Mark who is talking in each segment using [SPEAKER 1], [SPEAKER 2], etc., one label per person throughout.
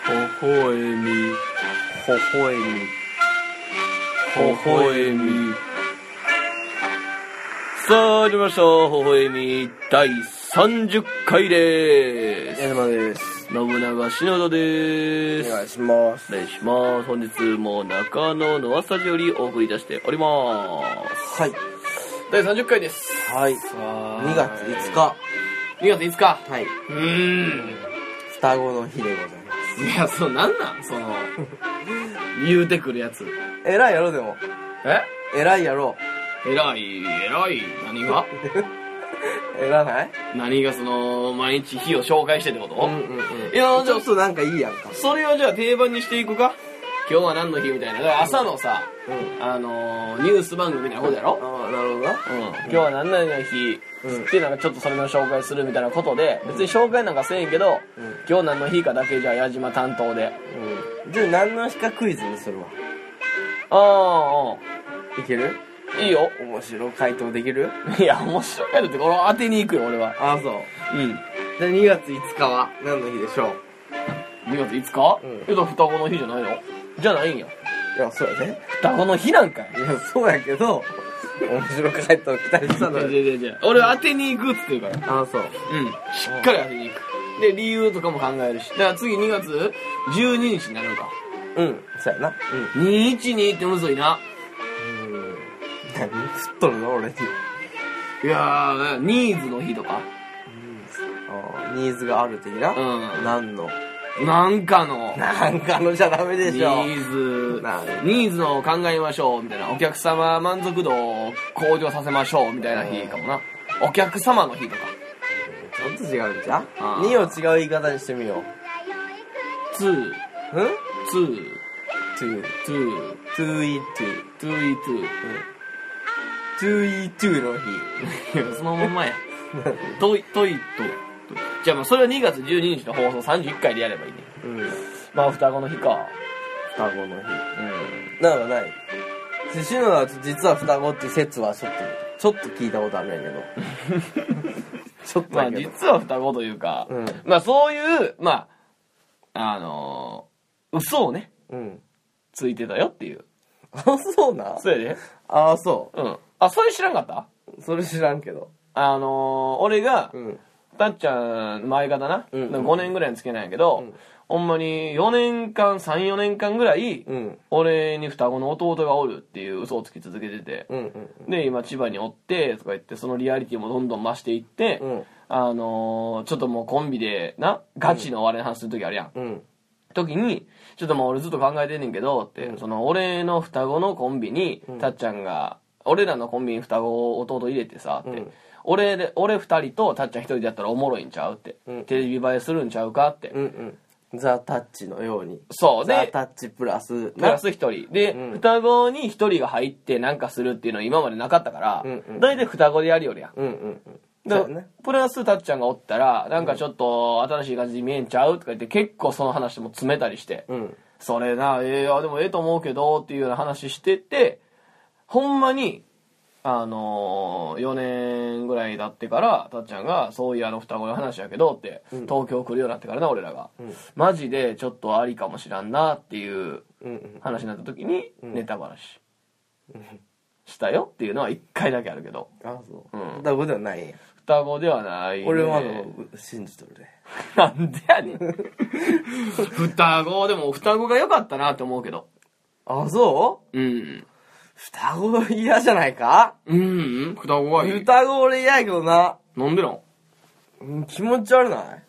[SPEAKER 1] えみほほえみほほえみさあ始まりましたほほえみ第30回で
[SPEAKER 2] 矢
[SPEAKER 1] す
[SPEAKER 2] 島です。
[SPEAKER 1] 信長篠田
[SPEAKER 2] お
[SPEAKER 1] です
[SPEAKER 2] 願いします
[SPEAKER 1] お。願いします本日も中野のスタジオよりお送りいたしております
[SPEAKER 2] はい。
[SPEAKER 1] 第30回です
[SPEAKER 2] はい。2
[SPEAKER 1] 2
[SPEAKER 2] 月5日。
[SPEAKER 1] 2月5日
[SPEAKER 2] はい。
[SPEAKER 1] うーん
[SPEAKER 2] 双子の日でございま
[SPEAKER 1] いや、そう、なんなんそ の、言うてくるやつ。
[SPEAKER 2] す。偉いやろ、でも。
[SPEAKER 1] え
[SPEAKER 2] 偉いやろ。
[SPEAKER 1] 偉い、偉い、何が
[SPEAKER 2] 偉ない
[SPEAKER 1] 何がその、毎日日を紹介してってこと、
[SPEAKER 2] うんうん
[SPEAKER 1] いや、じ
[SPEAKER 2] ち
[SPEAKER 1] ゃ
[SPEAKER 2] ょ
[SPEAKER 1] あ
[SPEAKER 2] っ、となんかいいやんか。
[SPEAKER 1] それをじゃあ定番にしていくか今日は何の日みたいな。だから朝のさ、
[SPEAKER 2] うん
[SPEAKER 1] あのー、ニュース番組みたいなことやろ、
[SPEAKER 2] ああ、なるほどな。
[SPEAKER 1] うん、今日は何々の日、
[SPEAKER 2] うん
[SPEAKER 1] っていうのがちょっとそれの紹介するみたいなことで、別に紹介なんかせえへんけど、
[SPEAKER 2] うん
[SPEAKER 1] 今日何の日かだけじゃあ矢島担当で。
[SPEAKER 2] うん。じゃあ何の日かクイズにするわ。
[SPEAKER 1] あ
[SPEAKER 2] いける
[SPEAKER 1] あ、いいよ。
[SPEAKER 2] 面白い回答できる
[SPEAKER 1] いや、面白いやろって、これ当てに行くよ、俺は。
[SPEAKER 2] ああ、そう。
[SPEAKER 1] うん。
[SPEAKER 2] じゃあ2月5日は何の日でしょう
[SPEAKER 1] 2月5日、
[SPEAKER 2] うん
[SPEAKER 1] えだから双子の日じゃないのじゃないんや。
[SPEAKER 2] いや、そうやね。
[SPEAKER 1] 双子の日なんかい
[SPEAKER 2] い。や、そうやけど、面白い回答期待したのよ。
[SPEAKER 1] 違う違う俺当てに行くっつってるから。
[SPEAKER 2] ああ、そう。
[SPEAKER 1] うん。しっかり当てに行く。で、理由とかも考えるし。だから次2月12日になるのか。
[SPEAKER 2] うん。そうやな。うん。
[SPEAKER 1] 212ってむずいな。
[SPEAKER 2] うん何振っとるの俺に。
[SPEAKER 1] いやー、ニーズの日とか。
[SPEAKER 2] あーニーズがある的な。
[SPEAKER 1] うん
[SPEAKER 2] 何の。
[SPEAKER 1] なんかの。
[SPEAKER 2] なんかのじゃダメで
[SPEAKER 1] ニ
[SPEAKER 2] しょ。
[SPEAKER 1] ーズ
[SPEAKER 2] なる、
[SPEAKER 1] ニーズのを考えましょう、みたいな。お客様満足度を向上させましょう、みたいな日かもな。お客様の日とか。
[SPEAKER 2] ちょっと違うんじゃ
[SPEAKER 1] あー
[SPEAKER 2] ?2 を違う言い方にしてみよ
[SPEAKER 1] ツー、
[SPEAKER 2] う。ん
[SPEAKER 1] ツー、
[SPEAKER 2] ?2。
[SPEAKER 1] トゥ
[SPEAKER 2] 2E2。
[SPEAKER 1] トゥイトゥ
[SPEAKER 2] 2E2 の日。
[SPEAKER 1] そのまんま や。トイ、トイと。じゃあまあそれは2月12日の放送31回でやればいいね。
[SPEAKER 2] うん。
[SPEAKER 1] まあ双子の日か。
[SPEAKER 2] 双子の日。
[SPEAKER 1] うん。
[SPEAKER 2] なんかない。で篠田は実は双子っていう説はちょっと、ちょっと聞いたことあるんやけど。ちょっと
[SPEAKER 1] まあ
[SPEAKER 2] だけど。
[SPEAKER 1] 実は双子というか、
[SPEAKER 2] うん
[SPEAKER 1] まあそういう、まあ、あのー嘘をね、
[SPEAKER 2] うん。
[SPEAKER 1] ついてたよっていう。
[SPEAKER 2] あ、そうな
[SPEAKER 1] そうやで。
[SPEAKER 2] ああ、そ
[SPEAKER 1] うん。あ、それ知らんかった
[SPEAKER 2] う。それ知らんけど。
[SPEAKER 1] あのー俺が、
[SPEAKER 2] うん。
[SPEAKER 1] たっちゃん、前方な、
[SPEAKER 2] うんうん
[SPEAKER 1] 5年ぐらいの付き合いなんやけど、
[SPEAKER 2] ん
[SPEAKER 1] ほんまに4年間、3、4年間ぐらい、
[SPEAKER 2] うん。
[SPEAKER 1] 俺に双子の弟がおるっていう嘘をつき続けてて、
[SPEAKER 2] うんうん。
[SPEAKER 1] で今千葉におってとか言ってそのリアリティもどんどん増していって、
[SPEAKER 2] うん
[SPEAKER 1] あのーちょっともうコンビでなガチの我の話する時あるやん、
[SPEAKER 2] うん。
[SPEAKER 1] 時にちょっともう俺ずっと考えてんねんけどって、その俺の双子のコンビに、たっちゃんが俺らのコンビに双子を弟入れてさって、
[SPEAKER 2] うん
[SPEAKER 1] 俺で俺2人とたっちゃん1人でやったらおもろいんちゃうって、
[SPEAKER 2] うん
[SPEAKER 1] テレビ映えするんちゃうかって、
[SPEAKER 2] うんうん。ザ・タッチのように。
[SPEAKER 1] そう
[SPEAKER 2] ザ・
[SPEAKER 1] で
[SPEAKER 2] タッチプラス、
[SPEAKER 1] プラス一人。で、
[SPEAKER 2] うん
[SPEAKER 1] 双子に一人が入ってなんかするっていうのは今までなかったから
[SPEAKER 2] うんう、ん
[SPEAKER 1] 大体双子でやるよりやん。
[SPEAKER 2] うんうんうん。
[SPEAKER 1] だ
[SPEAKER 2] そ
[SPEAKER 1] か
[SPEAKER 2] う
[SPEAKER 1] ら
[SPEAKER 2] ね。
[SPEAKER 1] プラスたっちゃんがおったら、なんかちょっと新しい感じに見えんちゃうとか言って結構その話も詰めたりして、
[SPEAKER 2] うん。
[SPEAKER 1] それな、ええあでもええと思うけどっていうような話してて、ほんまに、あのー、4年ぐらい経ってから、たっちゃんが、そういうあの双子の話やけどって、東京来るようになってからな、俺らが。マジでちょっとありかもしらんなっていう
[SPEAKER 2] うんうん。
[SPEAKER 1] 話になった時にネタ話したよっていうのは一回だけあるけど
[SPEAKER 2] あ、そ
[SPEAKER 1] う
[SPEAKER 2] う。
[SPEAKER 1] ん
[SPEAKER 2] 双子ではないんや。
[SPEAKER 1] 双子ではない、ね、
[SPEAKER 2] 俺はまだ信じとるで。
[SPEAKER 1] なんでやねん 双子でも双子が良かったなって思うけど
[SPEAKER 2] あ、そう
[SPEAKER 1] うん
[SPEAKER 2] 双子嫌じゃないか
[SPEAKER 1] うん双子がいい
[SPEAKER 2] 双子俺嫌やけどな。
[SPEAKER 1] なんでなん
[SPEAKER 2] うん気持ち悪ない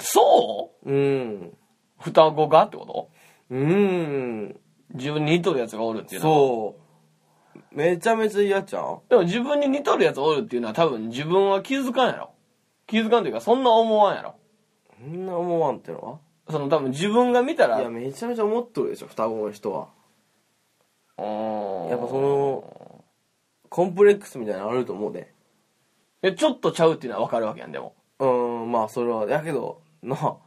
[SPEAKER 1] そ
[SPEAKER 2] うん。
[SPEAKER 1] う双子がってこと
[SPEAKER 2] うん。
[SPEAKER 1] 自分に似とるやつがおるっていうのは
[SPEAKER 2] そう。めちゃめちゃ嫌ちゃう
[SPEAKER 1] でも自分に似とるやつおるっていうのは多分自分は気づかんやろ気づかんというかそんな思わんやろ
[SPEAKER 2] そんな思わんっての
[SPEAKER 1] その多分自分が見たら
[SPEAKER 2] はいうや、めちゃめちゃ思っとるでしょ、双子の人は。
[SPEAKER 1] ーん
[SPEAKER 2] やっぱその、コンプレックスみたいなのあると思うで。
[SPEAKER 1] えちょっとちゃうっていうのは分かるわけやんでも
[SPEAKER 2] うーん、まあそれは、やけど、なあ、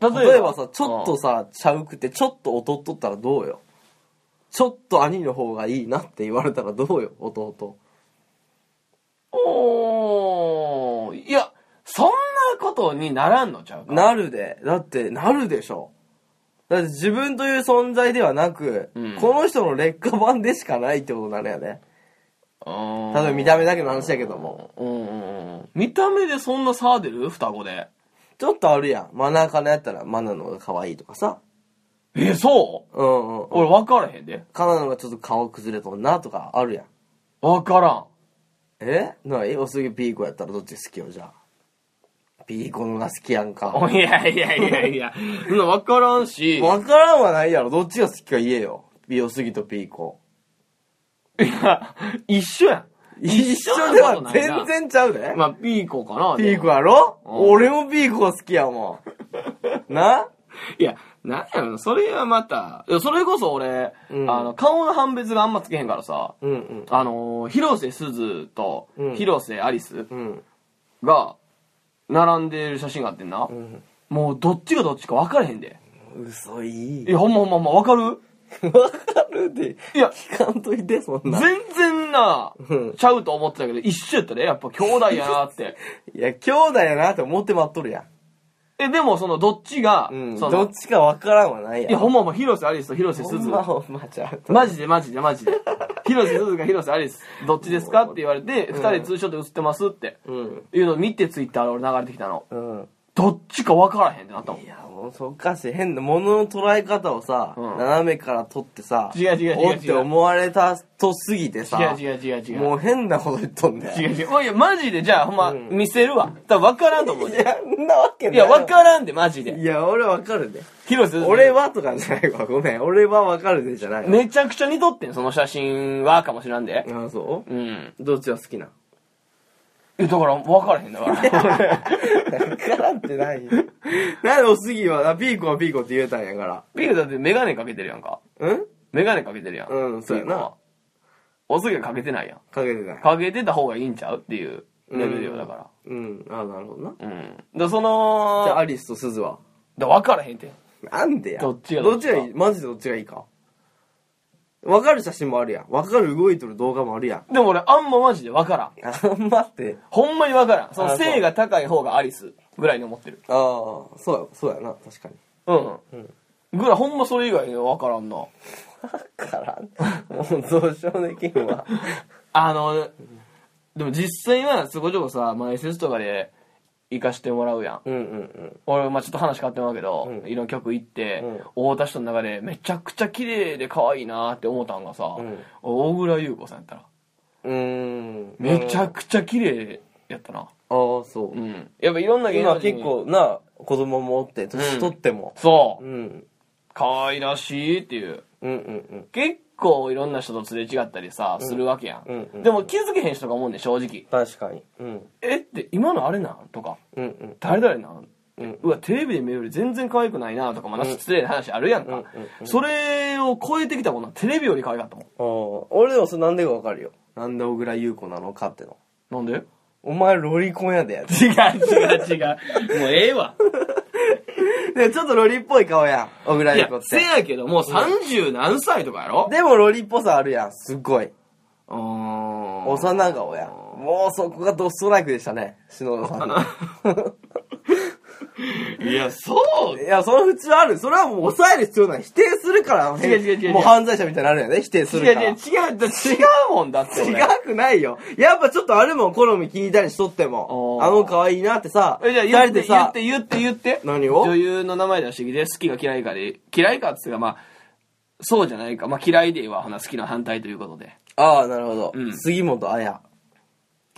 [SPEAKER 1] 例
[SPEAKER 2] 例えばさ、ちょっとさ、ちゃうくて、ちょっと劣っとったらどうよ。ちょっと兄の方がいいなって言われたらどうよ、弟。
[SPEAKER 1] うんおーいやそんなことにならんのちゃうか
[SPEAKER 2] なるで。だって、なるでしょ。だって自分という存在ではなく、
[SPEAKER 1] うん
[SPEAKER 2] この人の劣化版でしかないってことなのよね。
[SPEAKER 1] 例
[SPEAKER 2] 例えば見た目だけの話やけども。
[SPEAKER 1] うんうんうん見た目でそんな差出る双子で
[SPEAKER 2] ちょっとあるやん。マナカナやったらマナの方が可愛いとかさ。
[SPEAKER 1] えそう
[SPEAKER 2] うんうん、うん。
[SPEAKER 1] 俺分からへんで
[SPEAKER 2] カナの方がちょっと顔崩れとんなとかあるやん。
[SPEAKER 1] 分から
[SPEAKER 2] えなにおすぎピーコやったらどっち好きよ、じゃあ。ピーコのが好きやんか。
[SPEAKER 1] んいやいやいやいやそんな分からんし
[SPEAKER 2] わからんはないやろ。どっちが好きか言えよ。美すぎとピーコ。
[SPEAKER 1] いや一緒や
[SPEAKER 2] 一緒
[SPEAKER 1] 緒
[SPEAKER 2] で
[SPEAKER 1] で
[SPEAKER 2] は
[SPEAKER 1] は
[SPEAKER 2] 全
[SPEAKER 1] 全
[SPEAKER 2] 然ちゃうね
[SPEAKER 1] ん。まあピーコかな
[SPEAKER 2] ピ
[SPEAKER 1] で
[SPEAKER 2] ーコ
[SPEAKER 1] も
[SPEAKER 2] やろ
[SPEAKER 1] うん
[SPEAKER 2] 俺もピーコが好きやも ん。ない
[SPEAKER 1] やなんやろそれはまたいやそれこそ俺、
[SPEAKER 2] うん
[SPEAKER 1] あの顔の判別があんまつけへんからさ
[SPEAKER 2] うんうん。
[SPEAKER 1] あのー広瀬すずと
[SPEAKER 2] うん
[SPEAKER 1] 広瀬アリス
[SPEAKER 2] うん。
[SPEAKER 1] が並んでる写真があってんな、もうどっちがどっちか分からへんで
[SPEAKER 2] うん。嘘い
[SPEAKER 1] い
[SPEAKER 2] い。
[SPEAKER 1] やほんまほんまほんま分かる
[SPEAKER 2] わかるで。
[SPEAKER 1] いや
[SPEAKER 2] 聞かんといて、そんな。
[SPEAKER 1] 全然な
[SPEAKER 2] うん
[SPEAKER 1] ちゃうと思ってたけど一緒やったでやっぱ兄弟やなって
[SPEAKER 2] いや、兄弟やなって思って待っとるや
[SPEAKER 1] えでもそのどっちが、
[SPEAKER 2] ん。うん。
[SPEAKER 1] そ
[SPEAKER 2] ど
[SPEAKER 1] の
[SPEAKER 2] っちかわからんはないや
[SPEAKER 1] いや
[SPEAKER 2] ろ。
[SPEAKER 1] ほんまほんま広瀬アリスと広瀬
[SPEAKER 2] ほ
[SPEAKER 1] す
[SPEAKER 2] ん
[SPEAKER 1] ず
[SPEAKER 2] まほんまちゃう。
[SPEAKER 1] マジでマジでマジで広瀬すずか広瀬アリスどっちですかって言われて、二人でツーショット写ってますって、
[SPEAKER 2] うん。
[SPEAKER 1] いうのを見てツイッターで俺流れてきたの
[SPEAKER 2] うん。
[SPEAKER 1] どっちか分からへんってなったもん
[SPEAKER 2] いや、もうそっかしい、変な、ものの捉え方をさ、
[SPEAKER 1] うん
[SPEAKER 2] 斜めから撮ってさ、
[SPEAKER 1] 違う違う違う違う
[SPEAKER 2] おって思われたとすぎてさ、
[SPEAKER 1] 違う違う違う違う
[SPEAKER 2] もう変なこと言っとんだ
[SPEAKER 1] 違う
[SPEAKER 2] よ。
[SPEAKER 1] 違う。おいいや、マジで、じゃあ、ほんま、
[SPEAKER 2] うん
[SPEAKER 1] 見せるわ。多分分からんと思う
[SPEAKER 2] い
[SPEAKER 1] で。
[SPEAKER 2] や、んなわけないいよ。
[SPEAKER 1] や、分からんで、マジ
[SPEAKER 2] い
[SPEAKER 1] で。
[SPEAKER 2] や、俺わかるで。
[SPEAKER 1] 広瀬すず
[SPEAKER 2] 俺はとかじゃないわ。ごめん。俺はわかるでじゃないわ。。
[SPEAKER 1] めちゃくちゃ似とってん、その写真は、かもしらんで。
[SPEAKER 2] あ、そ
[SPEAKER 1] うん。
[SPEAKER 2] うどっちが好きな
[SPEAKER 1] え、だから、分からへんだ から。
[SPEAKER 2] わからんってないよ。 なんでおすぎは、あピーコはピーコって言えたんやか
[SPEAKER 1] ビールだってメガネかけてるやんか。
[SPEAKER 2] ら。うん
[SPEAKER 1] メガネかけてるやん。
[SPEAKER 2] うんそうやな
[SPEAKER 1] ビールは。おすぎはかけてないやん。
[SPEAKER 2] かけてない。
[SPEAKER 1] かけてた方がいいんちゃうっていうレベルよ、だか
[SPEAKER 2] うん。あ、なるほどな。
[SPEAKER 1] ら。うん。だからそ
[SPEAKER 2] じゃあ、
[SPEAKER 1] の、
[SPEAKER 2] アリスとスズは
[SPEAKER 1] だ分からへんて。
[SPEAKER 2] なんでや
[SPEAKER 1] どっちが
[SPEAKER 2] ど
[SPEAKER 1] ど
[SPEAKER 2] っ
[SPEAKER 1] っ
[SPEAKER 2] ち
[SPEAKER 1] ち
[SPEAKER 2] が
[SPEAKER 1] か
[SPEAKER 2] いいマジでどっちがいいか。わかる写真もあるやん。わかる動いとる動画もあるやん。
[SPEAKER 1] でも俺、あんまマジで分からん。
[SPEAKER 2] あ んまって。
[SPEAKER 1] ほんまに分からん。そ
[SPEAKER 2] あ
[SPEAKER 1] の、
[SPEAKER 2] そう
[SPEAKER 1] 性が高い方がアリスぐらいに思ってる。
[SPEAKER 2] ああ、そうや、そうやな、確かに。
[SPEAKER 1] うん。
[SPEAKER 2] うん
[SPEAKER 1] ぐらい、ほんまそれ以外に分からんな。
[SPEAKER 2] だから、もうどうしようできん わ。
[SPEAKER 1] あの、でも実際は、すごいちょこさ、前説とかで行かしてもらうやん。
[SPEAKER 2] うんうん
[SPEAKER 1] 俺、まあちょっと話変わってもらうけど、
[SPEAKER 2] うん
[SPEAKER 1] いろんな曲行って
[SPEAKER 2] うん、
[SPEAKER 1] 大田市の中でめちゃくちゃ綺麗で可愛いなって思ったんがさ、
[SPEAKER 2] うん
[SPEAKER 1] 大倉優子さんやったら、
[SPEAKER 2] うん。うーん。
[SPEAKER 1] めち
[SPEAKER 2] あ
[SPEAKER 1] ゃくちゃ綺麗やったな。
[SPEAKER 2] あー、そうう。
[SPEAKER 1] ん。やっぱいろんな芸能
[SPEAKER 2] 今
[SPEAKER 1] 人
[SPEAKER 2] 結構な、子供もおって、年取っても。
[SPEAKER 1] そうう、
[SPEAKER 2] ん。
[SPEAKER 1] 可愛らしいっていう。
[SPEAKER 2] うんうん
[SPEAKER 1] 結構いろんな人とすれ違ったりさ、するわけやん,、
[SPEAKER 2] うんうんうん
[SPEAKER 1] でも気づけへん人が思うねん正直。
[SPEAKER 2] 確かに。うん。
[SPEAKER 1] えって、今のあれなんとか。
[SPEAKER 2] うんうん。
[SPEAKER 1] 誰々なん、
[SPEAKER 2] うん
[SPEAKER 1] うわテレビで見るより全然可愛くないなとかまだ失礼な話あるやんか、
[SPEAKER 2] うんうんうん
[SPEAKER 1] それを超えてきたものはテレビより可愛かったもん
[SPEAKER 2] ああ、俺でもそれなんでかわかるよ。なんで小倉優子なのかっての。
[SPEAKER 1] なんで
[SPEAKER 2] お前ロリコンやで。
[SPEAKER 1] 違う違う違うもうええわ
[SPEAKER 2] でもちょっとロリっぽい顔やん。小倉
[SPEAKER 1] い
[SPEAKER 2] 優
[SPEAKER 1] や
[SPEAKER 2] 子って
[SPEAKER 1] せ。やけどもう30何歳とかやろ
[SPEAKER 2] でもロリっぽさあるやん。すっごい。
[SPEAKER 1] うーん
[SPEAKER 2] 幼顔やん。もうそこがドストライクでしたね。篠田さんの。
[SPEAKER 1] いやそう
[SPEAKER 2] いや、その普通ある。それはもう抑える必要ない。否定するから。
[SPEAKER 1] 違う違う違う
[SPEAKER 2] もう犯罪者みたいになるやんね。否定す
[SPEAKER 1] 違う
[SPEAKER 2] るから。
[SPEAKER 1] 違う違う違うもんだって俺
[SPEAKER 2] 違くないよ。やっぱちょっとあるもん、好み聞いたりしとっても。
[SPEAKER 1] おー
[SPEAKER 2] あの可愛いなってさ、
[SPEAKER 1] えじゃあ言って
[SPEAKER 2] でさ、
[SPEAKER 1] 言って言って言って
[SPEAKER 2] 何を
[SPEAKER 1] 女優の名前出してきて好きか嫌いかで嫌いかっつうかまあそうじゃないかまあ嫌いでは好きの反対ということで
[SPEAKER 2] ああ、なるほど。
[SPEAKER 1] うん
[SPEAKER 2] 杉本彩。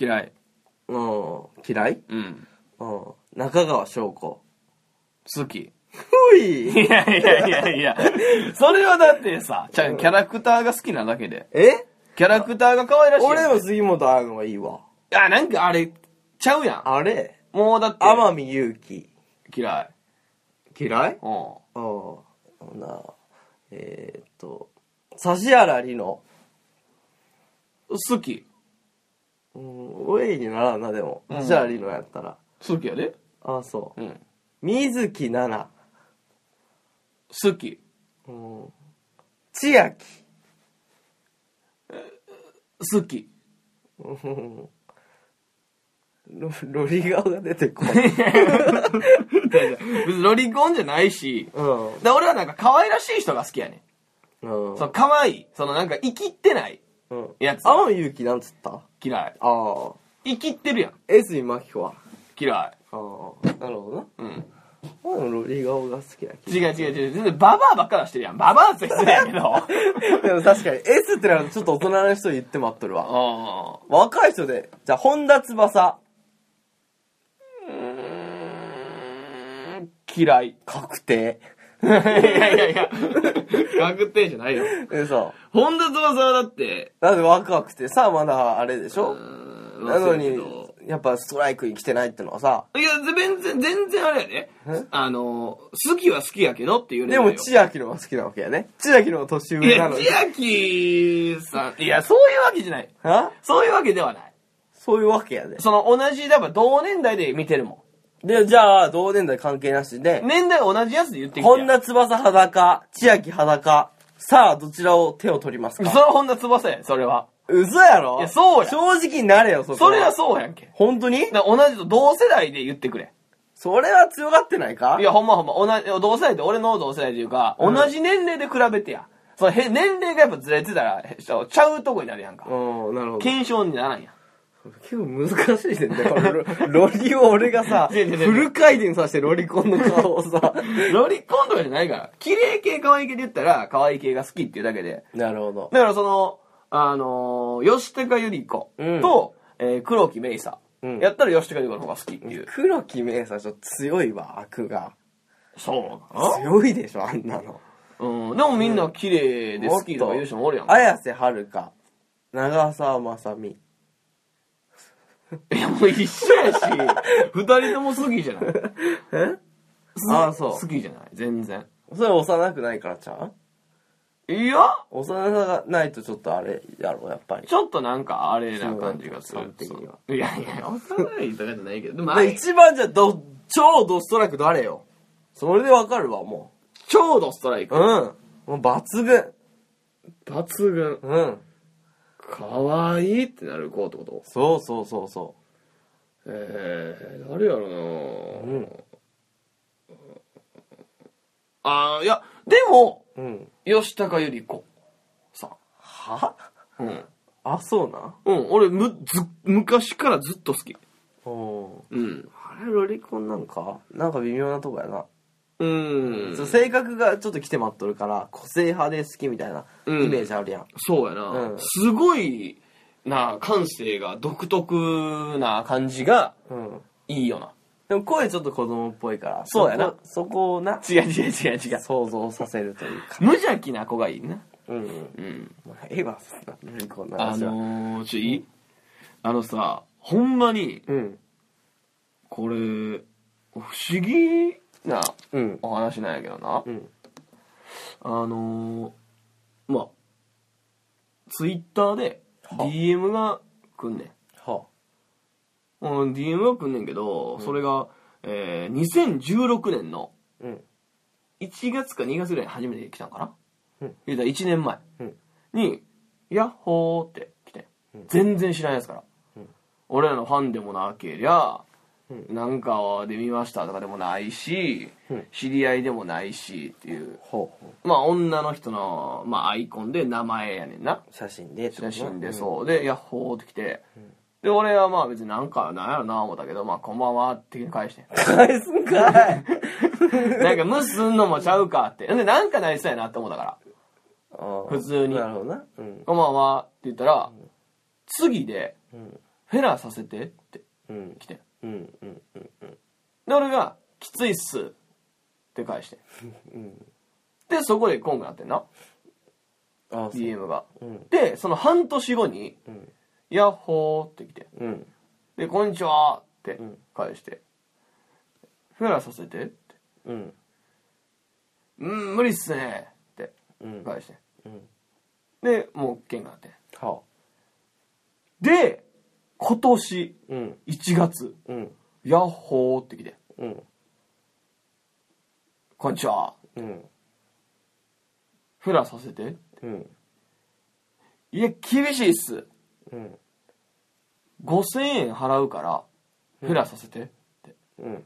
[SPEAKER 1] 嫌い
[SPEAKER 2] うん。嫌い
[SPEAKER 1] うん
[SPEAKER 2] うん。中川翔子。
[SPEAKER 1] 好き
[SPEAKER 2] ふい。
[SPEAKER 1] いやいやいやいやそれはだってさちゃうキャラクターが好きなだけで
[SPEAKER 2] え
[SPEAKER 1] キャラクターが可愛らしいやん
[SPEAKER 2] 俺でも杉本彩の方がいいわ。
[SPEAKER 1] あなんかあれちゃうやん
[SPEAKER 2] あれ
[SPEAKER 1] もうだって
[SPEAKER 2] 天海祐希。
[SPEAKER 1] 嫌い
[SPEAKER 2] 嫌い
[SPEAKER 1] うん
[SPEAKER 2] ああ、ほな、えー、っと、指原莉乃。
[SPEAKER 1] 好き
[SPEAKER 2] うん、ウェイにならんな、でも。
[SPEAKER 1] うん
[SPEAKER 2] 指原莉乃やったら。
[SPEAKER 1] 好きやで
[SPEAKER 2] ああ、そう。
[SPEAKER 1] うん
[SPEAKER 2] 水木奈々。
[SPEAKER 1] 好き
[SPEAKER 2] うん。千秋。
[SPEAKER 1] 好き
[SPEAKER 2] うんロロリ顔が出て こない。
[SPEAKER 1] 別にロリコンじゃないし、
[SPEAKER 2] うん。
[SPEAKER 1] で俺はなんか可愛らしい人が好きやね
[SPEAKER 2] うん
[SPEAKER 1] ん。その可愛い、そのなんか生きってない
[SPEAKER 2] うん。
[SPEAKER 1] やつ
[SPEAKER 2] 青の勇気なんつった
[SPEAKER 1] 嫌い。
[SPEAKER 2] ああ。
[SPEAKER 1] 生きってるやん
[SPEAKER 2] 江角真紀子は。
[SPEAKER 1] 嫌い。
[SPEAKER 2] ああ。なるほどな。
[SPEAKER 1] うん。
[SPEAKER 2] 青のロリ顔が好きな
[SPEAKER 1] 違
[SPEAKER 2] 気
[SPEAKER 1] う違う違う。全然ババアばっか出してるやん。ババアって失礼やけど。 あ
[SPEAKER 2] でも確かに S ってのはちょっと大人の人言って待っとるわ。
[SPEAKER 1] あ。
[SPEAKER 2] 若い人で、じゃあ本田翼。
[SPEAKER 1] 嫌い。
[SPEAKER 2] 確定。
[SPEAKER 1] いやいやいや。確定じゃないよ。
[SPEAKER 2] 嘘。
[SPEAKER 1] 本田翼はだって、
[SPEAKER 2] だって若くてさ、まだあれでし
[SPEAKER 1] う
[SPEAKER 2] ょ
[SPEAKER 1] ーん
[SPEAKER 2] なのに
[SPEAKER 1] 忘れたけど、
[SPEAKER 2] やっぱストライクに来てないってのはさ。
[SPEAKER 1] いや、全然、全然あれやで。あの、好きは好きやけどっていうね。
[SPEAKER 2] でも千秋のは好きなわけやね。千秋のは年
[SPEAKER 1] い
[SPEAKER 2] 上な
[SPEAKER 1] や、
[SPEAKER 2] のに。
[SPEAKER 1] 千秋さん、いや、そういうわけじゃない。
[SPEAKER 2] は
[SPEAKER 1] そういうわけではない。
[SPEAKER 2] そういうわけやで。
[SPEAKER 1] その、同じ、だから同年代で見てるも
[SPEAKER 2] で、じゃあ、同年代関係なしで
[SPEAKER 1] ん。、年代同じやつで言ってきてや。
[SPEAKER 2] 本田翼裸、千秋裸、さあ、どちらを手を取ります
[SPEAKER 1] それ
[SPEAKER 2] か
[SPEAKER 1] は本田翼や、それは。
[SPEAKER 2] 嘘やろ
[SPEAKER 1] いやそうや
[SPEAKER 2] 正直になれよ、そこ
[SPEAKER 1] それはそうやんけ。
[SPEAKER 2] 本当に
[SPEAKER 1] だから同じと同世代で言ってくれ。
[SPEAKER 2] それは強がってないか
[SPEAKER 1] いや、ほんまほんま、同じ、同世代って俺の同世代というか、
[SPEAKER 2] うん
[SPEAKER 1] 同じ年齢で比べてや。そのへ年齢がやっぱずれてたら、へちゃうとこになるやんか。
[SPEAKER 2] うん、なるほど。
[SPEAKER 1] 検証にならんやん。
[SPEAKER 2] 結構難しいねんだからロロリを俺がさ、
[SPEAKER 1] 違う違う違う
[SPEAKER 2] フル回転させてロリコンの顔を さ。
[SPEAKER 1] ロリコンとかじゃないから、綺麗系可愛い系で言ったら、可愛い系が好きっていうだけで。
[SPEAKER 2] なるほど。
[SPEAKER 1] だからその、あのー、吉高由里子と、えー黒木メイサ。
[SPEAKER 2] うん
[SPEAKER 1] やったら吉高由里子の方が好きっていう。
[SPEAKER 2] 黒木メイサちょっと強いわ、悪が。
[SPEAKER 1] そう
[SPEAKER 2] 強いでしょ、あんなの。
[SPEAKER 1] うん。でもみんな綺麗で好きとか言う人もおるやん。
[SPEAKER 2] 綾瀬はるか、長澤まさみ。
[SPEAKER 1] いや、もう一緒 やし、二人とも好きじゃない。
[SPEAKER 2] えああ、そ
[SPEAKER 1] 好きじゃない、全然。
[SPEAKER 2] う。それ幼くないからちゃう
[SPEAKER 1] いや、
[SPEAKER 2] 幼さがないとちょっとあれやろ、やっぱり
[SPEAKER 1] ち。ょっとなんかあれな感じがす
[SPEAKER 2] そう
[SPEAKER 1] る。
[SPEAKER 2] 的にはい
[SPEAKER 1] やいや、幼いとかじゃないけど、でもあ
[SPEAKER 2] で
[SPEAKER 1] れ、
[SPEAKER 2] 一番じゃ、ど、超ドストライク誰よ。それでわかるわ、も
[SPEAKER 1] 超ドストライ
[SPEAKER 2] う。
[SPEAKER 1] ク。
[SPEAKER 2] うん。もう抜群。
[SPEAKER 1] 抜群。
[SPEAKER 2] うん。
[SPEAKER 1] かわいいってなる子ってこと
[SPEAKER 2] そうそうそうそ
[SPEAKER 1] えー、誰やろ
[SPEAKER 2] う。
[SPEAKER 1] な、
[SPEAKER 2] うん。
[SPEAKER 1] あーいや、でも、
[SPEAKER 2] うん。
[SPEAKER 1] 吉高由里子さ
[SPEAKER 2] は
[SPEAKER 1] ん。うん。
[SPEAKER 2] あ、そうな。
[SPEAKER 1] うん、俺、む、ず、昔からずっと好き。
[SPEAKER 2] お
[SPEAKER 1] うん。
[SPEAKER 2] あれ、ロリコンなんかなんか微妙なとこやな。
[SPEAKER 1] うん
[SPEAKER 2] ちょ。性格がちょっと来てまっとるから、個性派で好きみたいなイ
[SPEAKER 1] うん
[SPEAKER 2] メージあるやん。
[SPEAKER 1] そうやな、
[SPEAKER 2] うん
[SPEAKER 1] すごいな感性が独特な感じが
[SPEAKER 2] うん。
[SPEAKER 1] いいよな
[SPEAKER 2] でも声ちょっと子供っぽいから、そうやな。そこをな、
[SPEAKER 1] 違う違う違う違う
[SPEAKER 2] 想像させるというか。
[SPEAKER 1] 無邪気な子がいいな
[SPEAKER 2] うんうん。
[SPEAKER 1] うん
[SPEAKER 2] まあええわ、そんな。何こんな
[SPEAKER 1] あ
[SPEAKER 2] 話は。
[SPEAKER 1] のー、ちょいい、あのさほんまに
[SPEAKER 2] うん。
[SPEAKER 1] これ不思議な
[SPEAKER 2] うん。
[SPEAKER 1] お話なんやけどな、
[SPEAKER 2] うん。
[SPEAKER 1] あのー、まあツイッターで DM が来んねん
[SPEAKER 2] は
[SPEAKER 1] うん DM が来んねんけど、それが、えー、2016年の
[SPEAKER 2] あ。うん。
[SPEAKER 1] 1月か2月ぐらいに初めて来たんかな、
[SPEAKER 2] うん
[SPEAKER 1] 言うたら1年前
[SPEAKER 2] うん
[SPEAKER 1] に「ヤッホー」って来て、
[SPEAKER 2] ん
[SPEAKER 1] 全然知らんやつから、
[SPEAKER 2] うん
[SPEAKER 1] 俺らのファンでもなけりゃ、
[SPEAKER 2] う
[SPEAKER 1] なんかで見ましたとかでもないし、
[SPEAKER 2] うん
[SPEAKER 1] 知り合いでもないしっていう
[SPEAKER 2] ほうほ
[SPEAKER 1] まあ女の人の、まあ、アイコンで名前やねんな
[SPEAKER 2] う。写真でってこと
[SPEAKER 1] 写
[SPEAKER 2] な。
[SPEAKER 1] 真
[SPEAKER 2] う
[SPEAKER 1] で
[SPEAKER 2] ん
[SPEAKER 1] そう、で「ヤッホー」って来て、で俺はまあ別になんかなんやろな思ったけど「まあ、こんばんは」って返してん
[SPEAKER 2] 返すんかい
[SPEAKER 1] なんか無視すんのもちゃうかってんでなんかなりそうやなって思ったから普
[SPEAKER 2] 普
[SPEAKER 1] 通に
[SPEAKER 2] なるほどな。うん。
[SPEAKER 1] こんばんはって言ったら、次で、
[SPEAKER 2] うん。
[SPEAKER 1] フェラーさせてって
[SPEAKER 2] うん。
[SPEAKER 1] 来てん。
[SPEAKER 2] うん。うん。うん。
[SPEAKER 1] で、俺が、きついっすって返してん。
[SPEAKER 2] うん。
[SPEAKER 1] で、そこでこんくなってんな、
[SPEAKER 2] ああ、そう。
[SPEAKER 1] DM が。
[SPEAKER 2] うん。
[SPEAKER 1] で、その半年後に、
[SPEAKER 2] うん。
[SPEAKER 1] ヤッホーって来て、
[SPEAKER 2] うん。
[SPEAKER 1] で、こんにちはって
[SPEAKER 2] うん
[SPEAKER 1] 返して、フェラーさせてって、
[SPEAKER 2] うん。
[SPEAKER 1] うん、無理っすねって
[SPEAKER 2] うん。
[SPEAKER 1] 返してん。
[SPEAKER 2] うん。
[SPEAKER 1] で、もう喧嘩になってん。
[SPEAKER 2] は
[SPEAKER 1] で、今年
[SPEAKER 2] あ。うん。
[SPEAKER 1] 1月、
[SPEAKER 2] うん。
[SPEAKER 1] ヤッホーって来て、
[SPEAKER 2] うん。
[SPEAKER 1] こんにちは、
[SPEAKER 2] うん。
[SPEAKER 1] フェラーさせて
[SPEAKER 2] うん。
[SPEAKER 1] いや、厳しいっす。
[SPEAKER 2] うん。
[SPEAKER 1] 5000円払うから、フラさせてって
[SPEAKER 2] うん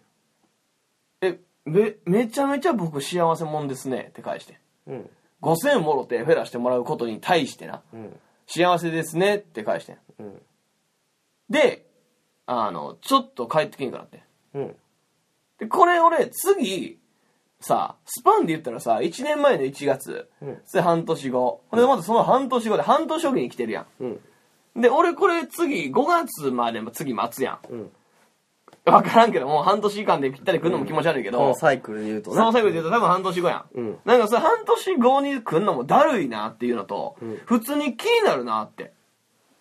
[SPEAKER 1] えめめちゃめちゃ僕幸せもんですねって返して
[SPEAKER 2] うん
[SPEAKER 1] 5000もろてフェラしてもらうことに対してな
[SPEAKER 2] うん
[SPEAKER 1] 幸せですねって返してん
[SPEAKER 2] うん
[SPEAKER 1] であのちょっと帰ってきんからって
[SPEAKER 2] うん
[SPEAKER 1] でこれ俺次さスパンで言ったらさ1年前の1月、
[SPEAKER 2] うん
[SPEAKER 1] それ半年後ほんでまたその半年後で半年おきに来てるや
[SPEAKER 2] うん
[SPEAKER 1] んで俺これ次5月までも次待つや
[SPEAKER 2] うん
[SPEAKER 1] ん分からんけどもう半年間でぴったり来るのも気持ち悪いけ
[SPEAKER 2] こ
[SPEAKER 1] ど、
[SPEAKER 2] のサイクルで言うと
[SPEAKER 1] その
[SPEAKER 2] ね
[SPEAKER 1] 最後で言うと多分半年後やん。
[SPEAKER 2] うん
[SPEAKER 1] なんかそれ半年後に来んのもだるいなっていうのと、普通に気になるなって。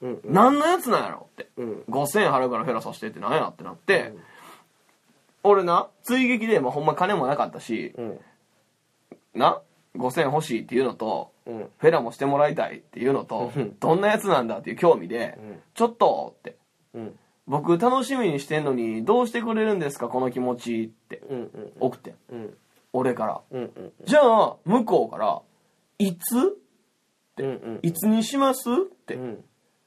[SPEAKER 2] うんうん
[SPEAKER 1] 何のやつなんやろって。
[SPEAKER 2] うん
[SPEAKER 1] 5000払うからフェラさせてって何やってなって、俺な、追撃で、まあ、ほんま金もなかったし、
[SPEAKER 2] うん
[SPEAKER 1] な、5000欲しいっていうのと、
[SPEAKER 2] うん
[SPEAKER 1] フェラもしてもらいたいっていうのと
[SPEAKER 2] うん、
[SPEAKER 1] どんなやつなんだっていう興味で、
[SPEAKER 2] ん
[SPEAKER 1] ちょっとって、
[SPEAKER 2] うん
[SPEAKER 1] 僕楽しみにしてんのに、どうしてくれるんですかこの気持ちって
[SPEAKER 2] うんうん
[SPEAKER 1] 送ってん
[SPEAKER 2] うん
[SPEAKER 1] 俺から。
[SPEAKER 2] うんうん
[SPEAKER 1] じゃあ、向こうから、いつ
[SPEAKER 2] うんうん
[SPEAKER 1] いつにしますって
[SPEAKER 2] うん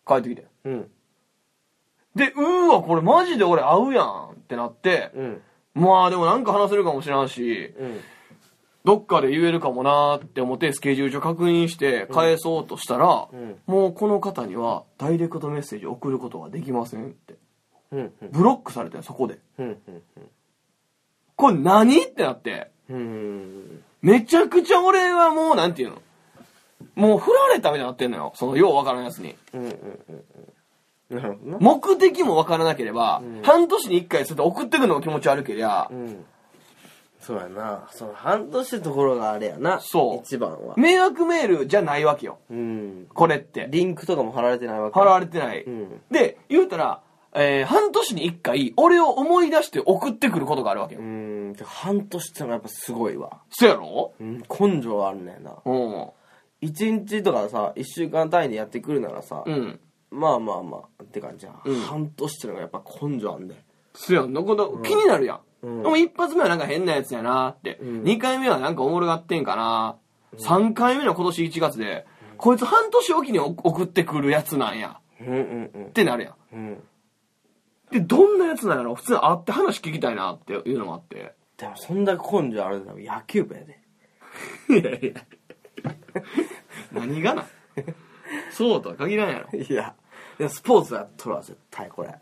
[SPEAKER 1] 帰ってきて。
[SPEAKER 2] うん
[SPEAKER 1] で、うーわ、これマジで俺合うやんってなって、
[SPEAKER 2] うん
[SPEAKER 1] まあでもなんか話せるかもしれんし、
[SPEAKER 2] うん
[SPEAKER 1] どっかで言えるかもなーって思ってスケジュール帳確認して返そうとしたら、
[SPEAKER 2] うん
[SPEAKER 1] もうこの方にはダイレクトメッセージ送ることができませんって。
[SPEAKER 2] うんうん
[SPEAKER 1] ブロックされてんそこで。
[SPEAKER 2] うんうん
[SPEAKER 1] これ何ってなって、
[SPEAKER 2] うん
[SPEAKER 1] めちゃくちゃ俺はもうなんていうのもう振られたみたいになってんのよ。そのようわからんやつに。
[SPEAKER 2] うんうんうんなるほどな
[SPEAKER 1] 目的もわからなければ、半年に一回それで送ってくるのも気持ち悪けりゃ、
[SPEAKER 2] うんそうやなその半年ってところがあれやな
[SPEAKER 1] そう
[SPEAKER 2] 一番は
[SPEAKER 1] 迷惑メールじゃないわけよ。
[SPEAKER 2] うん
[SPEAKER 1] これって。
[SPEAKER 2] リンクとかも貼られてないわけ
[SPEAKER 1] 払われてない。
[SPEAKER 2] うん
[SPEAKER 1] で、言うたら、えー半年に一回、俺を思い出して送ってくることがあるわけよ。
[SPEAKER 2] うんてか半年ってのがやっぱすごいわ
[SPEAKER 1] そやろ
[SPEAKER 2] うん根性あるねんな
[SPEAKER 1] うん。
[SPEAKER 2] 一日とかさ一週間単位でやってくるならさ
[SPEAKER 1] うん。
[SPEAKER 2] まあまあまあって感じやん
[SPEAKER 1] うん
[SPEAKER 2] 半年ってのがやっぱ根性あんね
[SPEAKER 1] そやんな。この気になるやん。
[SPEAKER 2] うん
[SPEAKER 1] でも一発目はなんか変なやつやなって。
[SPEAKER 2] うん
[SPEAKER 1] 二、回目はなんかおもろがってんかな。三回目の今年1月で、こいつ半年おきに送ってくるやつなんや。
[SPEAKER 2] うんうん
[SPEAKER 1] ってなるやん。
[SPEAKER 2] うんうん
[SPEAKER 1] で、どんなやつなの普通に会って話聞きたいなっていうのもあって。
[SPEAKER 2] でもそんだけ根性あるなら野球部やで
[SPEAKER 1] いやいや。何がなそうとは限らんやろ。
[SPEAKER 2] いやでもスポーツやっとるわ絶対これ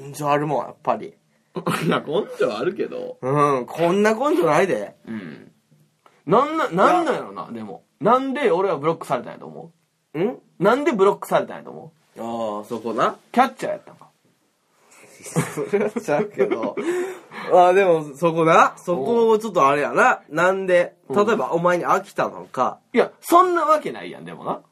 [SPEAKER 2] 根性あるもんやっぱり
[SPEAKER 1] いや、根性はあるけど。
[SPEAKER 2] うんこんな根性ないで
[SPEAKER 1] うん。なんな、なんなんやろな、でも。なんで俺はブロックされたんやと思
[SPEAKER 2] うん
[SPEAKER 1] うなんでブロックされたんやと思う
[SPEAKER 2] ああそこな
[SPEAKER 1] キャッチャーやったんか。
[SPEAKER 2] それはちゃうけど ああでもそこなそこをちょっとあれやななんで例えばお前に飽きたのか
[SPEAKER 1] いや、そんなわけないやん、でもな。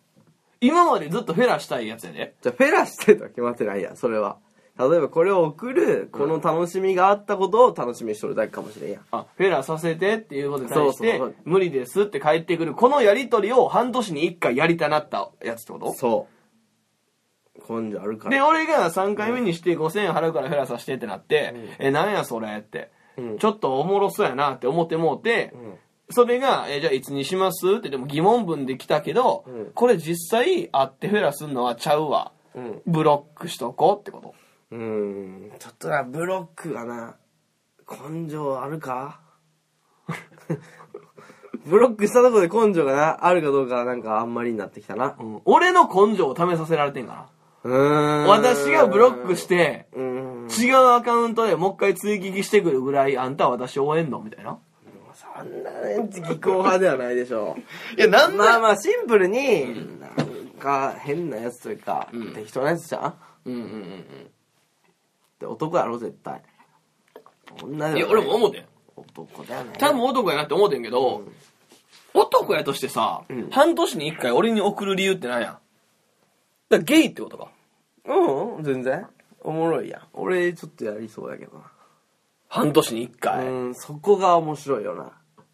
[SPEAKER 1] 今までずっとフェラしたいやつやで。
[SPEAKER 2] じゃあフェラしてとは決まってないやんそれは例えばこれを送るこの楽しみがあったことを楽しみにしとるだけかもしれんやん
[SPEAKER 1] あ、フェラさせてっていうことに対し
[SPEAKER 2] そう
[SPEAKER 1] て
[SPEAKER 2] そうそう、
[SPEAKER 1] 無理ですって帰ってくる。このやりとりを半年に一回やりたなったやつってこと
[SPEAKER 2] そう根性あるから
[SPEAKER 1] で、俺が3回目にして5000円払うからフェラさせてってなって、え、なんやそれって、
[SPEAKER 2] うん
[SPEAKER 1] ちょっとおもろそうやなって思ってもうて、
[SPEAKER 2] ん
[SPEAKER 1] それが、え、じゃあいつにしますってでも疑問文で来たけど、
[SPEAKER 2] うん
[SPEAKER 1] これ実際会ってフェラすんのはちゃうわ。
[SPEAKER 2] うん
[SPEAKER 1] ブロックしとこうってこと。
[SPEAKER 2] うんちょっとなブロックがな根性あるか ブロックしたとこで根性がなあるかどうかはなんかあんまりになってきたな
[SPEAKER 1] 俺の根性を試させられてんか
[SPEAKER 2] うー
[SPEAKER 1] ら。
[SPEAKER 2] ん
[SPEAKER 1] 私がブロックして、
[SPEAKER 2] うーん
[SPEAKER 1] 違うアカウントでもう一回追撃してくるぐらい、あんたは私応援のみたいな。
[SPEAKER 2] そんなね技巧派ではないでしょう
[SPEAKER 1] いや、な
[SPEAKER 2] まあまあシンプルになんか変なやつというか、適当なやつじゃんっ
[SPEAKER 1] うんうんうん
[SPEAKER 2] て男やろ絶対女
[SPEAKER 1] う
[SPEAKER 2] だ
[SPEAKER 1] ん。いや、俺も思うてん。
[SPEAKER 2] 男だよね
[SPEAKER 1] 多分男やなって思うてんけど、男やとしてさ、半年に一回俺に送る理由ってなんやだからゲイってことか。
[SPEAKER 2] うん全然おもろいやん俺ちょっとやりそうやけどな、
[SPEAKER 1] 半年に一回。
[SPEAKER 2] うんそこが面白いよな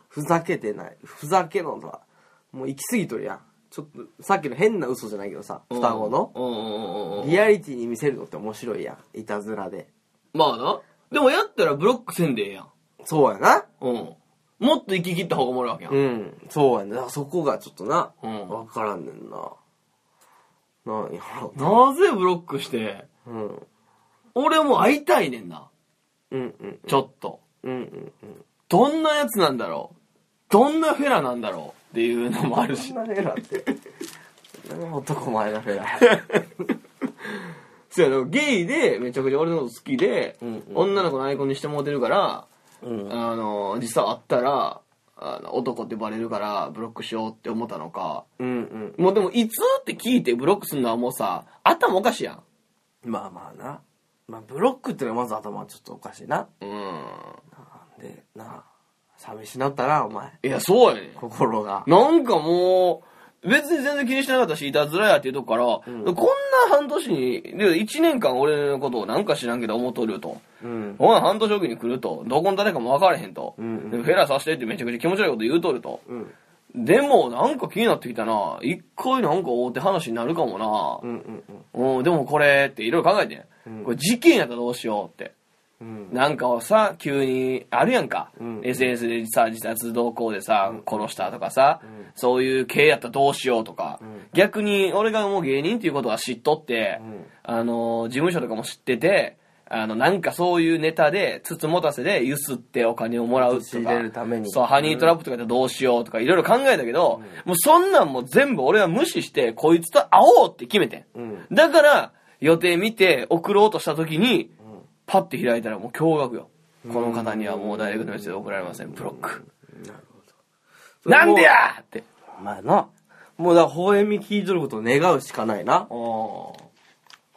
[SPEAKER 2] ふざけてないふざけのさもう行き過ぎとるやんちょっとさっきの変な嘘じゃないけどさ双子の
[SPEAKER 1] うんうんうんうん。
[SPEAKER 2] リアリティに見せるのって面白いやんいたずらで
[SPEAKER 1] まあな。でもやったらブロックせんでええやん。
[SPEAKER 2] そうやな
[SPEAKER 1] うん。もっと行き切った方がおもろいわけやん。
[SPEAKER 2] うん、そうやね。だからそこがちょっとな、
[SPEAKER 1] うん
[SPEAKER 2] わからんねんな。なんやろ
[SPEAKER 1] なぜブロックして、
[SPEAKER 2] う。うん。
[SPEAKER 1] 俺も会いたいねんな。
[SPEAKER 2] うんうん。
[SPEAKER 1] ちょっと。
[SPEAKER 2] うんうんうん。
[SPEAKER 1] どんなやつなんだろうどんなフェラなんだろうっていうのもある
[SPEAKER 2] そ
[SPEAKER 1] し
[SPEAKER 2] ん。 なフェラって。 なんか男前なフェラ。
[SPEAKER 1] そうやなゲイでめちゃくちゃ俺のこと好きで、
[SPEAKER 2] うんうん
[SPEAKER 1] 女の子のアイコンにしてもうてるから、
[SPEAKER 2] うん。
[SPEAKER 1] あの実際会ったらあの男ってバレるからブロックしようって思ったのか
[SPEAKER 2] うんうん。
[SPEAKER 1] もうでもいつって聞いてブロックするのはもうさ頭おかしいやん
[SPEAKER 2] まあまあな。まあブロックってのはまず頭ちょっとおかしいな。
[SPEAKER 1] うん
[SPEAKER 2] なんで、なあ。寂しなったな、お前。
[SPEAKER 1] いやそうやねん
[SPEAKER 2] 心が。
[SPEAKER 1] なんかもう別に全然気にしてなかったしいたずらやっていうとこから、こんな半年にで1年間俺のことをなんか知らんけど思っとると
[SPEAKER 2] うん。
[SPEAKER 1] お前半年おきに来るとどこの誰かも分からへんと、
[SPEAKER 2] うんうん
[SPEAKER 1] でフェラさせてってめちゃくちゃ気持ち悪いこと言うとると、
[SPEAKER 2] うん。
[SPEAKER 1] でもなんか気になってきたな一回なんか大手話になるかも
[SPEAKER 2] う
[SPEAKER 1] な、
[SPEAKER 2] んうんうん。
[SPEAKER 1] うん、でもこれっていろいろ考えて、
[SPEAKER 2] うん
[SPEAKER 1] これ事件やったらどうしようって
[SPEAKER 2] うん。
[SPEAKER 1] なんかをさ急にあるやんか、
[SPEAKER 2] うん
[SPEAKER 1] SNS でさ自殺動向でさ、殺したとかさ、
[SPEAKER 2] ん
[SPEAKER 1] そういう系やったらどうしようとか、
[SPEAKER 2] ん
[SPEAKER 1] 逆に俺がもう芸人っていうことは知っとって、
[SPEAKER 2] うん
[SPEAKER 1] あの事務所とかも知っててあのなんかそういうネタでつつもたせでゆすってお金をもらうと
[SPEAKER 2] 陥
[SPEAKER 1] か
[SPEAKER 2] れるために
[SPEAKER 1] そうハニートラップとかでどうしようとかいろいろ考えたけど、もうそんなんも全部俺は無視してこいつと会おうって決めてん
[SPEAKER 2] うん。
[SPEAKER 1] だから、予定見て送ろうとした時に、パッて開いたらもう驚愕よ。この方にはもうダイレクトメッセージ送られません。ブロック。なんでやって。
[SPEAKER 2] まあな。もうだから、微笑み聞いとることを願うしかないな。
[SPEAKER 1] お
[SPEAKER 2] 微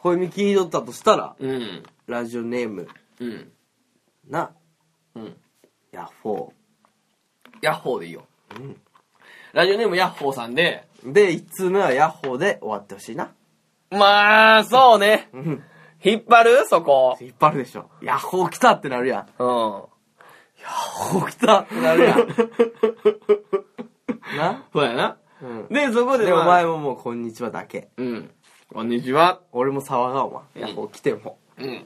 [SPEAKER 2] 笑み聞いとったとしたら、
[SPEAKER 1] うん。
[SPEAKER 2] ラジオネーム、
[SPEAKER 1] うん。
[SPEAKER 2] な、
[SPEAKER 1] うん。
[SPEAKER 2] ヤッホ
[SPEAKER 1] ヤッホーでいいよ。ラジオネームヤッホーさんで、
[SPEAKER 2] ー。で、一通目はヤッホーで終わってほしいな。
[SPEAKER 1] まあ、そうね。
[SPEAKER 2] うん。
[SPEAKER 1] 引っ張るそこ。
[SPEAKER 2] 引っ張るでしょ。ヤッホー来たってなるやん。
[SPEAKER 1] う
[SPEAKER 2] ヤッホー来たってな るやん。な。
[SPEAKER 1] ん。そうやな。
[SPEAKER 2] うん。
[SPEAKER 1] で、そこで、
[SPEAKER 2] で、
[SPEAKER 1] まあ
[SPEAKER 2] お前ももうこんにちはだけ。
[SPEAKER 1] うん。こんにちは。
[SPEAKER 2] 俺も騒がんわ。
[SPEAKER 1] うん
[SPEAKER 2] ヤッホー来ても。
[SPEAKER 1] うん。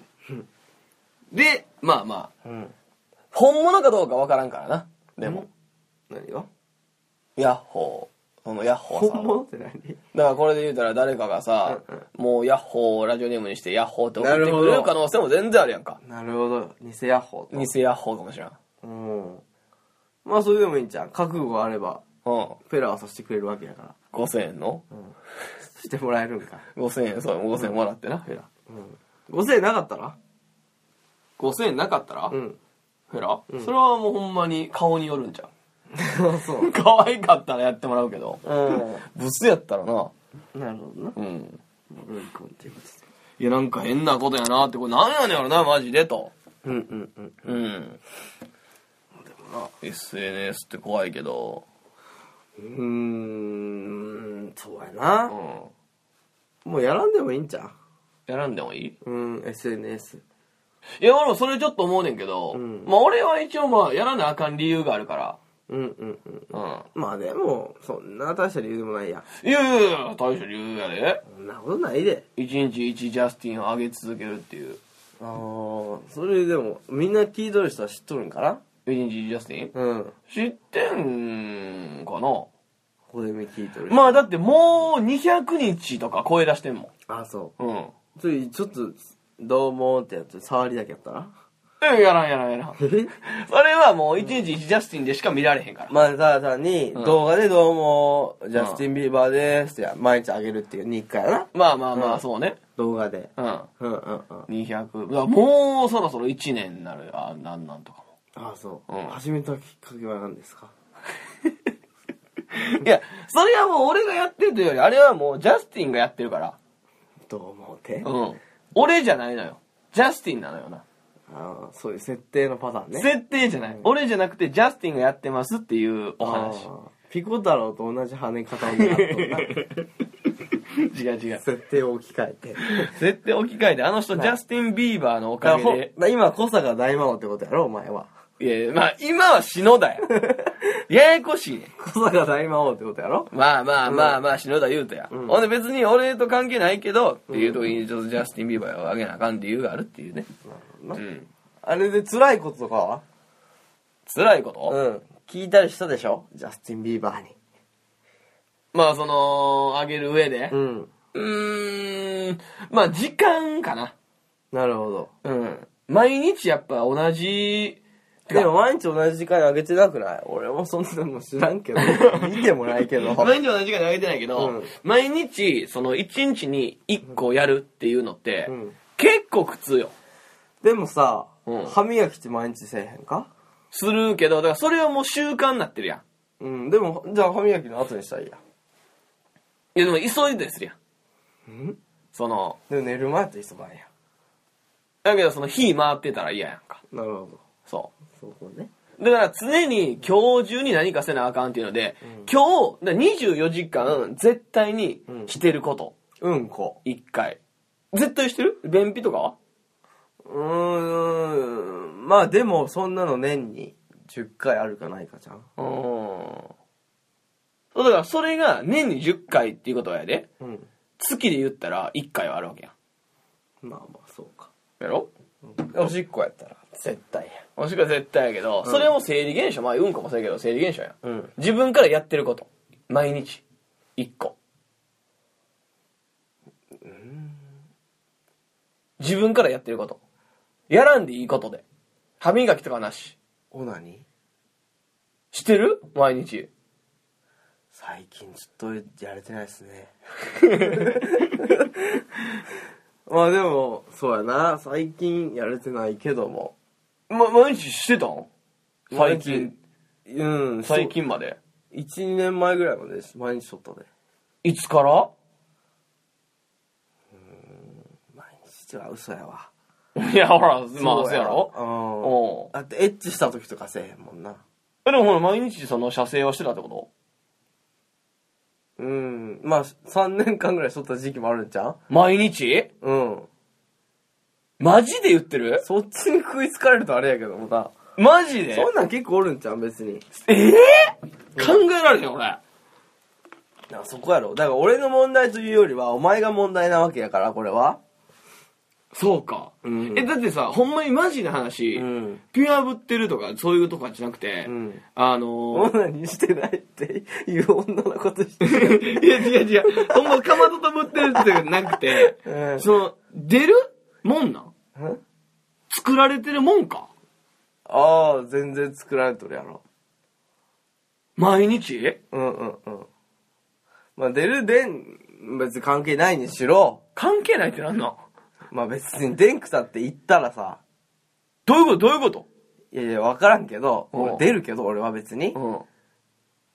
[SPEAKER 1] で、まあまあ、
[SPEAKER 2] うん。
[SPEAKER 1] 本物かどうかわからんからな。でも。
[SPEAKER 2] 何が
[SPEAKER 1] ヤッホー。そのヤッホーさん。
[SPEAKER 2] 本物って
[SPEAKER 1] だ
[SPEAKER 2] 何
[SPEAKER 1] からこれで言うたら誰かがさ、
[SPEAKER 2] うん
[SPEAKER 1] もうヤッホーをラジオネームにしてヤッホーって送って
[SPEAKER 2] なるほ
[SPEAKER 1] くれる
[SPEAKER 2] ど
[SPEAKER 1] 可能性も全然あるやんか。
[SPEAKER 2] なるほど。偽ヤッホーと。
[SPEAKER 1] 偽ヤッホーかもしれん。
[SPEAKER 2] うん。まあ、それでもいいんじゃん。覚悟があれば、
[SPEAKER 1] うん。
[SPEAKER 2] ペラはさせてくれるわけやから。
[SPEAKER 1] 5000円の
[SPEAKER 2] してもらえるんか。
[SPEAKER 1] ?5000 円、そう、5000円もらってな、フェラ。
[SPEAKER 2] うん。5000円なかったら
[SPEAKER 1] 5000円なかったら、
[SPEAKER 2] うん。
[SPEAKER 1] フェラ、それはもうほんまに顔によるんじゃ
[SPEAKER 2] そう。
[SPEAKER 1] ん。 可愛かったらやってもらうけど、
[SPEAKER 2] う
[SPEAKER 1] ブスやったらな。
[SPEAKER 2] ん。なるほどな。
[SPEAKER 1] うん。
[SPEAKER 2] ロリコンっていうことで。
[SPEAKER 1] いや、なんか変なことやなって、これなんやねんやろな、マジで、と。
[SPEAKER 2] うんうんうん。
[SPEAKER 1] うん。SNS って怖いけど、
[SPEAKER 2] うーん、そうやな
[SPEAKER 1] う。ん。
[SPEAKER 2] もうやらんでもいいんじゃん。
[SPEAKER 1] やらんでもいい
[SPEAKER 2] うん、SNS。
[SPEAKER 1] いや、俺もそれちょっと思うねんけど、
[SPEAKER 2] うん
[SPEAKER 1] まあ俺は一応まあやらなあかん理由があるから。
[SPEAKER 2] うんうんうん。
[SPEAKER 1] う
[SPEAKER 2] まあでも、そんな大した理由でもないや。
[SPEAKER 1] ん。いやいやいや、大した理由やで。
[SPEAKER 2] そんなことないで。
[SPEAKER 1] 一日一ジャスティンを上げ続けるっていう。
[SPEAKER 2] ああ、それでも、みんな聞いとる人は知っとるんかな
[SPEAKER 1] 一日一ジャスティン
[SPEAKER 2] うん。
[SPEAKER 1] 知ってんかな
[SPEAKER 2] これめ聞いとる。
[SPEAKER 1] まあだってもう200日とか声出してんも
[SPEAKER 2] あ、そ
[SPEAKER 1] ん。うん。
[SPEAKER 2] う。つい、ちょっと、どうもーってやつ、触りだけやったら
[SPEAKER 1] え、やらんやらんやらん。そ
[SPEAKER 2] え
[SPEAKER 1] れはもう一日一ジャスティンでしか見られへんから。
[SPEAKER 2] まあ、ただ単に、
[SPEAKER 1] ん
[SPEAKER 2] 動画でどうも、ジャスティン・ビーバーですって、毎日あげるっていう日課やな。
[SPEAKER 1] まあまあま
[SPEAKER 2] う
[SPEAKER 1] あ、
[SPEAKER 2] ん
[SPEAKER 1] そうね。
[SPEAKER 2] 動画で。
[SPEAKER 1] うん。
[SPEAKER 2] うんうんうん。
[SPEAKER 1] 200。だからもうそろそろ1年になる。あ、なんなんとかも。
[SPEAKER 2] ああ、そう。
[SPEAKER 1] うん
[SPEAKER 2] 始めたきっかけは何ですか
[SPEAKER 1] いや、それはもう俺がやってるというより、あれはもうジャスティンがやってるから。
[SPEAKER 2] どう思うて。
[SPEAKER 1] う
[SPEAKER 2] あ
[SPEAKER 1] ん。俺じゃないのよ。ジャスティンなのよな。
[SPEAKER 2] あそういう設定のパターンね。
[SPEAKER 1] 設定じゃない。俺じゃなくてジャスティンがやってますっていうお
[SPEAKER 2] あ
[SPEAKER 1] 話。
[SPEAKER 2] あピコ太郎と同じ跳ね方になっとるな
[SPEAKER 1] 違う違 う。
[SPEAKER 2] 設定を置き換えて。
[SPEAKER 1] 設定置き換えて、あの人ジャスティン・ビーバーのお
[SPEAKER 2] だ
[SPEAKER 1] か
[SPEAKER 2] から
[SPEAKER 1] げ
[SPEAKER 2] ほ
[SPEAKER 1] で。
[SPEAKER 2] 今、小坂大魔王ってことやろ、お前は。
[SPEAKER 1] いやいや、まあ今は篠田や。 ややこしいね。
[SPEAKER 2] 小坂大魔王ってことやろ
[SPEAKER 1] まあまあまあまあ、篠田優太や。
[SPEAKER 2] ん
[SPEAKER 1] ほんで別に俺と関係ないけど、っていうときにちょっとジャスティン・ビーバーをあげなあかん理由があるっていうね。うん。
[SPEAKER 2] あれで辛いこととかは
[SPEAKER 1] 辛いこと
[SPEAKER 2] うん。聞いたりしたでしょジャスティン・ビーバーに。
[SPEAKER 1] まあその、あげる上で。
[SPEAKER 2] ん。
[SPEAKER 1] うーん、まあ時間かな。
[SPEAKER 2] なるほど。
[SPEAKER 1] うん。毎日やっぱ同じ、てか
[SPEAKER 2] でも毎日同じ時間にあげてなくない俺もそんなの知らんけ ど。見てもないけ ど。
[SPEAKER 1] 毎日同じ時間にあげてないけど、
[SPEAKER 2] うん
[SPEAKER 1] 毎日、その1日に1個やるっていうのって、
[SPEAKER 2] うん
[SPEAKER 1] 結構苦痛よ。
[SPEAKER 2] でもさ、
[SPEAKER 1] うん
[SPEAKER 2] 歯磨きって毎日せえへんか
[SPEAKER 1] するけど、だからそれはもう習慣になってるやん。
[SPEAKER 2] うん。でも、じゃあ歯磨きの後にしたらいいや。
[SPEAKER 1] いやでも急いでするやん。
[SPEAKER 2] うん
[SPEAKER 1] その、
[SPEAKER 2] でも寝る前やっていつもあんや。
[SPEAKER 1] だけどその火回ってたら嫌やんか。
[SPEAKER 2] なるほど。
[SPEAKER 1] そ
[SPEAKER 2] そこね。
[SPEAKER 1] う。だから常に今日中に何かせなあかんっていうので、今日、だから24時間絶対にしてること。
[SPEAKER 2] うんこ。
[SPEAKER 1] 一回。絶対してる便秘とかは
[SPEAKER 2] うーん。まあでも、そんなの年に10回あるかないかじゃん。
[SPEAKER 1] うん。そうだからそれが年に10回っていうことやで。
[SPEAKER 2] うん。
[SPEAKER 1] 月で言ったら1回はあるわけや
[SPEAKER 2] まあまあ、そうか。
[SPEAKER 1] ん。やろ
[SPEAKER 2] おしっこやったら、絶対
[SPEAKER 1] もしくは絶対やけど、それも生理現象。まあうんこもそうやけど生理現象やん。
[SPEAKER 2] や。うん。
[SPEAKER 1] 自分からやってること。毎日。1個。自分からやってること。やらんでいいことで。歯磨きとかなし。
[SPEAKER 2] オナニー
[SPEAKER 1] してる毎日。
[SPEAKER 2] 最近ちょっとやれてないですね まあでもそうやな最近やれてないけども
[SPEAKER 1] ま、毎日してたん最近。
[SPEAKER 2] うん
[SPEAKER 1] 最近まで。
[SPEAKER 2] 12年前ぐらいまでです毎日しとったで
[SPEAKER 1] いつから
[SPEAKER 2] 毎日は嘘やわ
[SPEAKER 1] いや、ほら、まあ、そうやろ
[SPEAKER 2] ろ
[SPEAKER 1] おう
[SPEAKER 2] うんだってエッチした時とかせえへんもんな
[SPEAKER 1] えでもほら、毎日その射精はしてたってこ
[SPEAKER 2] うんまあ3年間ぐらいしとった時期もあるんちゃう
[SPEAKER 1] と毎日
[SPEAKER 2] うん
[SPEAKER 1] マジで言ってる
[SPEAKER 2] そっちに食いつかれるとあれやけどもな
[SPEAKER 1] マジで
[SPEAKER 2] そんなん結構おるんちゃう別に
[SPEAKER 1] ええ考えられへん、俺。
[SPEAKER 2] だからそこやろだから俺の問題というよりはお前が問題なわけやからこれは
[SPEAKER 1] そうか。
[SPEAKER 2] うん
[SPEAKER 1] え、だってさ、ほんまにマジな話、
[SPEAKER 2] うん
[SPEAKER 1] ピュアぶってるとか、そういうとかじゃなくて、
[SPEAKER 2] うん
[SPEAKER 1] あのー、
[SPEAKER 2] 女にしてないって いう女のことして
[SPEAKER 1] いや、違う違う。ほんま、かまととぶってるってなくて、
[SPEAKER 2] うん
[SPEAKER 1] その、出るもんなん作られてるもんか
[SPEAKER 2] ああ全然作られとるやろ
[SPEAKER 1] 毎日
[SPEAKER 2] うんうんうんまあ出るでん別に関係ないにしろ
[SPEAKER 1] 関係ないってなんなん
[SPEAKER 2] まあ別にでんくさって言ったらさ
[SPEAKER 1] どういうことどういうこと
[SPEAKER 2] いやいや分からんけど
[SPEAKER 1] うん
[SPEAKER 2] 俺出るけど俺は別に
[SPEAKER 1] うん。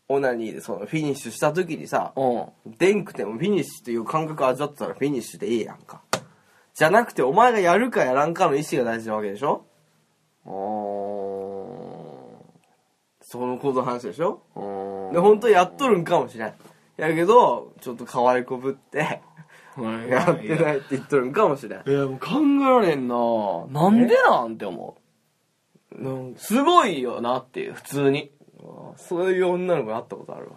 [SPEAKER 2] オナニーでそのフィニッシュした時にさ
[SPEAKER 1] うん。
[SPEAKER 2] でんくてもフィニッシュっていう感覚味わってたらフィニッシュでいいやんかじゃなくてお前がやるかやらんかの意思が大事なわけでしょそのことの話でしょ
[SPEAKER 1] うん。
[SPEAKER 2] で本当やっとるんかもしれんやけどちょっと可愛いこぶってやって
[SPEAKER 1] いや
[SPEAKER 2] ないって言っとるんかもしれん
[SPEAKER 1] いや、もう考えられんななんでなんて思う。
[SPEAKER 2] なんか
[SPEAKER 1] すごいよなっていう、普通に。
[SPEAKER 2] そういう女の子に会ったことあるわ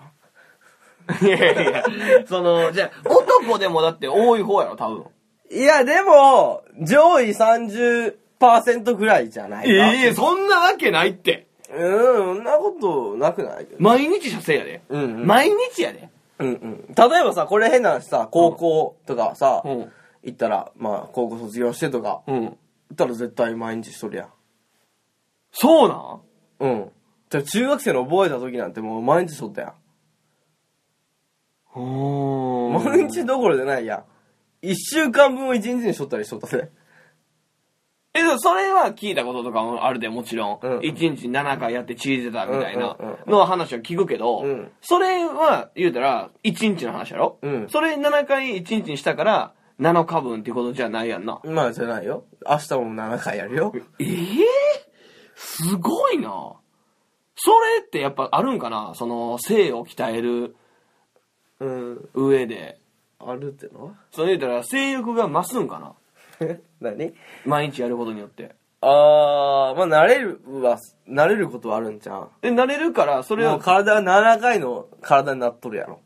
[SPEAKER 1] いやいやその、じゃあ男でもだって多い方やろ、多分。
[SPEAKER 2] いやでも上位30%ぐらいじゃないか
[SPEAKER 1] ええそんなわけないって。
[SPEAKER 2] うんそんなことなくない
[SPEAKER 1] 毎日射精やで。
[SPEAKER 2] うんうん
[SPEAKER 1] 毎日やで。
[SPEAKER 2] うんうん例えばさこれ変な話さ高校とかさ、
[SPEAKER 1] うん
[SPEAKER 2] 行ったらまあ高校卒業してとか
[SPEAKER 1] うん。
[SPEAKER 2] 行ったら絶対毎日しとるやん
[SPEAKER 1] そうなん
[SPEAKER 2] うんじゃあ中学生の覚えた時なんてもう毎日しとったやん毎日どころじゃないやん。一週間分を一日にしとったりしとったね。
[SPEAKER 1] え、でもそれは聞いたこととかもあるで、もちろん。
[SPEAKER 2] うん
[SPEAKER 1] 一1日7回やってチーズたみたいな
[SPEAKER 2] うんうんう
[SPEAKER 1] のは話は聞くけど、
[SPEAKER 2] うん
[SPEAKER 1] それは言うたら1日の話やろ、
[SPEAKER 2] うん
[SPEAKER 1] それ7回1日にしたから7日分ってことじゃないやんな。
[SPEAKER 2] まあじゃないよ。明日も7回やるよ。
[SPEAKER 1] ええすごいなそれってやっぱあるんかなその性を鍛える
[SPEAKER 2] うん。
[SPEAKER 1] 上で。
[SPEAKER 2] あるってのは
[SPEAKER 1] それ言うたら性欲が増すんかな
[SPEAKER 2] 何
[SPEAKER 1] 毎日やることによって。
[SPEAKER 2] あー、まあ慣れるは、慣れることはあるんじゃん。
[SPEAKER 1] で、慣れるから、それ
[SPEAKER 2] も
[SPEAKER 1] を
[SPEAKER 2] う、体は7回の体になっとるやろ。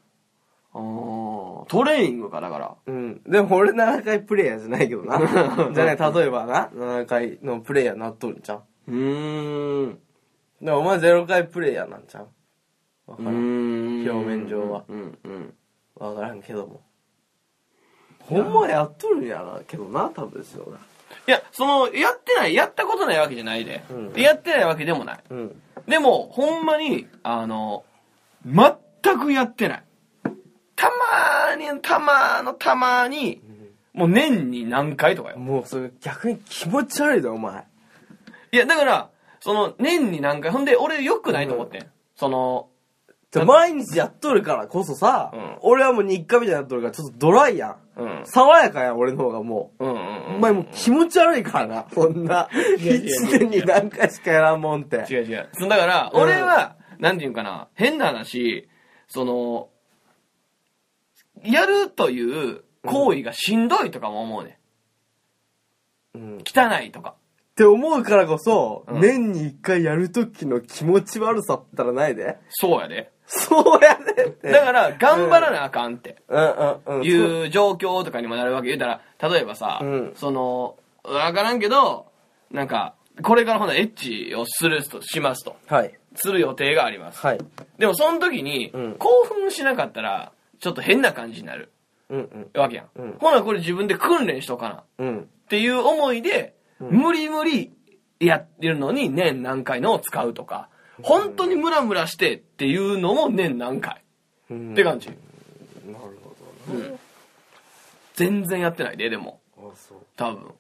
[SPEAKER 1] あートレーニングか、だから。
[SPEAKER 2] うん。でも俺7回プレイヤーじゃないけどな。 じゃない、例えばな、7回のプレイヤーになっとるんじゃん。
[SPEAKER 1] うーん。
[SPEAKER 2] でもお前0回プレイヤーなんじゃん。わからん。
[SPEAKER 1] 表
[SPEAKER 2] 表面上は
[SPEAKER 1] うんうん
[SPEAKER 2] わからんけどもほんまやっとるんやなけどな多分ですよな
[SPEAKER 1] いや、その、やってない、やったことないわけじゃないで。
[SPEAKER 2] うん
[SPEAKER 1] やってないわけでもない。
[SPEAKER 2] うん。
[SPEAKER 1] でも、ほんまに、あの、全くやってない。たまーに、たまーのたまーに、もう年に何回とかよ。
[SPEAKER 2] もうそれ逆に気持ち悪いだよ、お前。
[SPEAKER 1] いや、だから、その、年に何回、ほんで、俺良くないと思ってん。その、
[SPEAKER 2] じゃあ毎日やっとるからこそさ、
[SPEAKER 1] うん
[SPEAKER 2] 俺はもう日課みたいになっとるから、ちょっとドライやん。
[SPEAKER 1] うん。
[SPEAKER 2] 爽やかやん、俺の方がも
[SPEAKER 1] うんうん
[SPEAKER 2] う。
[SPEAKER 1] う
[SPEAKER 2] お
[SPEAKER 1] ん。
[SPEAKER 2] 前もう気持ち悪いからな、そんな。
[SPEAKER 1] いやいやい
[SPEAKER 2] 一
[SPEAKER 1] や
[SPEAKER 2] 年に何回しかやらんもんって。
[SPEAKER 1] 違う違う。そのだから、
[SPEAKER 2] うん
[SPEAKER 1] 俺は、なんていうんかな、変な話、その、やるという行為がしんどいとかも思うね。
[SPEAKER 2] うん。っ
[SPEAKER 1] 汚いとか。
[SPEAKER 2] て思うからこそ、
[SPEAKER 1] うん
[SPEAKER 2] 年に一回やるときの気持ち悪さったらないで。
[SPEAKER 1] そうやで。
[SPEAKER 2] そうやねんって。
[SPEAKER 1] だから、頑張らなあかんって。
[SPEAKER 2] うんうんうん。
[SPEAKER 1] いう状況とかにもなるわけ言うたら例えばさ、
[SPEAKER 2] うん
[SPEAKER 1] そのわからんけどなんかこれからほなエッチをするとしますと
[SPEAKER 2] はい。
[SPEAKER 1] する予定があります
[SPEAKER 2] はい。
[SPEAKER 1] でもその時に、
[SPEAKER 2] うん
[SPEAKER 1] 興奮しなかったらちょっと変な感じになる
[SPEAKER 2] うんうん。
[SPEAKER 1] わけやん、
[SPEAKER 2] うん
[SPEAKER 1] ほなこれ自分で訓練しとかなっ
[SPEAKER 2] うん。
[SPEAKER 1] ていう思いで、無理無理やってるのに年何回のを使うとか本当にムラムラしてっていうのも年何回
[SPEAKER 2] うん
[SPEAKER 1] って感じ、
[SPEAKER 2] なるほどね。
[SPEAKER 1] 全然やってないででも
[SPEAKER 2] あ、そう。
[SPEAKER 1] 多分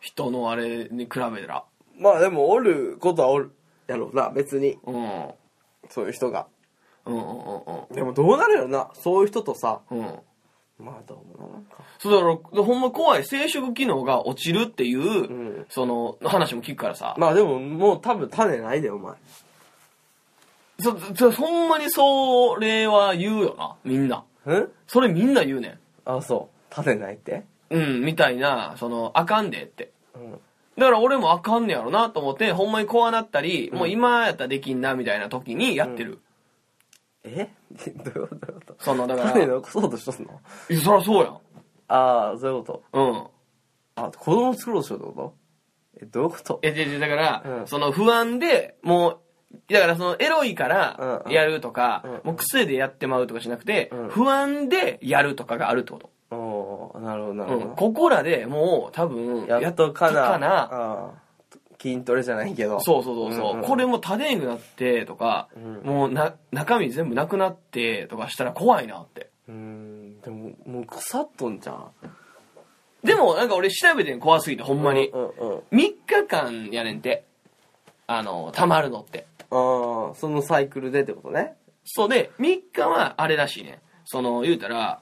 [SPEAKER 1] 人のあれに比べたら
[SPEAKER 2] まあでも、おることはおる。やろうな、別に。
[SPEAKER 1] うんうん
[SPEAKER 2] そういう人が。
[SPEAKER 1] うんうん
[SPEAKER 2] でもどうなるよな、そういう人とさ。
[SPEAKER 1] うんうん
[SPEAKER 2] まあどうもな、なんか。
[SPEAKER 1] そうだからほんま怖い生殖機能が落ちるっていう、
[SPEAKER 2] ん
[SPEAKER 1] その話も聞くからさ、
[SPEAKER 2] まあでも、もう多分種ないで、お前。
[SPEAKER 1] そそほんまにそれは言うよなみんなんそれみんな言うね
[SPEAKER 2] あ、そう。種ないって
[SPEAKER 1] んうんみたいなそのあかんでって
[SPEAKER 2] うん。
[SPEAKER 1] だから俺もあかんねやろなと思ってほんまに怖なったり、もう今やったらできんなみたいな時にやってる、
[SPEAKER 2] え どういうことどういうこと
[SPEAKER 1] そのだから
[SPEAKER 2] 種残そうとしとんの
[SPEAKER 1] いやそりゃそうやん
[SPEAKER 2] ああ、そういうこと。
[SPEAKER 1] うん
[SPEAKER 2] あ、子供作ろうとしようってことえ、どういうこと
[SPEAKER 1] え、違う違うだから、
[SPEAKER 2] うん
[SPEAKER 1] その不安で、もう、だからそのエロいから
[SPEAKER 2] うんうん
[SPEAKER 1] やるとか、
[SPEAKER 2] うんうん
[SPEAKER 1] もう癖でやってまうとかしなくて、
[SPEAKER 2] うん
[SPEAKER 1] 不安でやるとかがあるってこと。
[SPEAKER 2] おー、なるほど、な
[SPEAKER 1] う
[SPEAKER 2] る
[SPEAKER 1] ん。
[SPEAKER 2] ほ
[SPEAKER 1] ここらでもう多分、
[SPEAKER 2] ど。やっとかな。
[SPEAKER 1] やっと
[SPEAKER 2] うん筋トレじゃないけど。
[SPEAKER 1] そうそうそうそう、
[SPEAKER 2] うんうん
[SPEAKER 1] これも多電になってとか、
[SPEAKER 2] うん
[SPEAKER 1] もうな、中身全部なくなってとかしたら怖いなって。
[SPEAKER 2] うーん、でも、もう腐っとんじゃん。
[SPEAKER 1] でもなんか俺調べてん怖すぎて、ほんまに。
[SPEAKER 2] うんうんうん。
[SPEAKER 1] 3日間やねんて。あの、溜まるのって。
[SPEAKER 2] ああ、そのサイクルでってことね。
[SPEAKER 1] そうで、3日はあれらしいね。その、言うたら、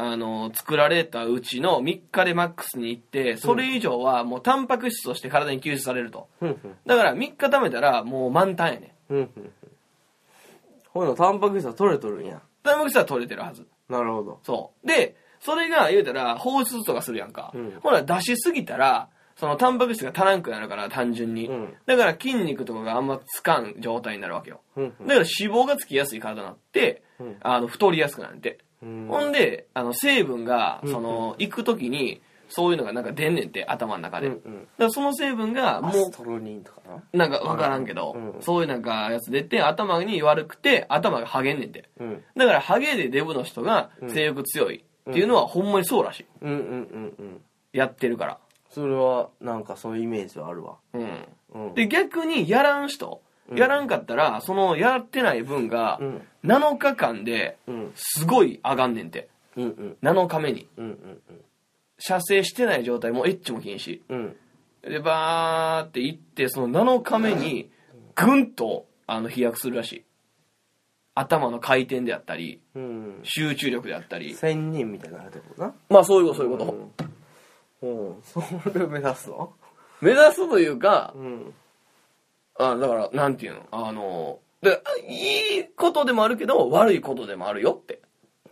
[SPEAKER 1] あの、作られたうちの3日でマックスに行って、それ以上はもうタンパク質として体に吸収されると。
[SPEAKER 2] ふんふん。
[SPEAKER 1] だから3日貯めたらもう満タンやね。
[SPEAKER 2] ふんふんふん。ほら、タンパク質は取れとるんや。
[SPEAKER 1] タンパク質は取れてるはず。
[SPEAKER 2] なるほど。
[SPEAKER 1] そう。で、それが言うたら放出とかするやんか。
[SPEAKER 2] うん
[SPEAKER 1] ほら、出しすぎたら、そのタンパク質が足らんくなるから、単純に。
[SPEAKER 2] うん
[SPEAKER 1] だから筋肉とかがあんまつかん状態になるわけよ。
[SPEAKER 2] ふん
[SPEAKER 1] だから脂肪がつきやすい体になって、
[SPEAKER 2] うん
[SPEAKER 1] あの、太りやすくなって。
[SPEAKER 2] ふん。
[SPEAKER 1] ほんで、あの、成分が、
[SPEAKER 2] ん
[SPEAKER 1] その、行くときに、そういうのがなんか出んねんって、頭の中で。
[SPEAKER 2] うんう
[SPEAKER 1] だか
[SPEAKER 2] ん。
[SPEAKER 1] らその成分が、
[SPEAKER 2] ア
[SPEAKER 1] も
[SPEAKER 2] ストロニンとかな。
[SPEAKER 1] う、なんかわからんけど
[SPEAKER 2] うん、
[SPEAKER 1] そういうなんかやつ出て、頭に悪くて、頭がハゲんねんて。
[SPEAKER 2] うん。
[SPEAKER 1] だから、ハゲでデブの人が性欲強いっていうのは、ほんまにそうらしい。
[SPEAKER 2] うんうんうんうん。
[SPEAKER 1] やってるから。
[SPEAKER 2] それは、なんかそういうイメージはあるわ。
[SPEAKER 1] うん。
[SPEAKER 2] うん。
[SPEAKER 1] で、逆に、やらん人、やらんかったら、その、やってない分が
[SPEAKER 2] うん、
[SPEAKER 1] 7日間で
[SPEAKER 2] うん、
[SPEAKER 1] すごい上がんねんて。
[SPEAKER 2] うんうん。
[SPEAKER 1] 7日目に。
[SPEAKER 2] うんうん
[SPEAKER 1] 射精してない状態もエッチも禁止。
[SPEAKER 2] うん。うん。
[SPEAKER 1] で、バーって行って、その7日目に、ぐんと、あの、飛躍するらしい。頭の回転であったり、
[SPEAKER 2] うん。
[SPEAKER 1] 集中力であったり。
[SPEAKER 2] 千人みたいになるってことな。
[SPEAKER 1] まあ、そういうこと、そういうこと。
[SPEAKER 2] うん。それ目指すの
[SPEAKER 1] 目指すというか
[SPEAKER 2] う、ん。
[SPEAKER 1] あだから、なんていうの、あの、であいいことでもあるけど、悪いことでもあるよって。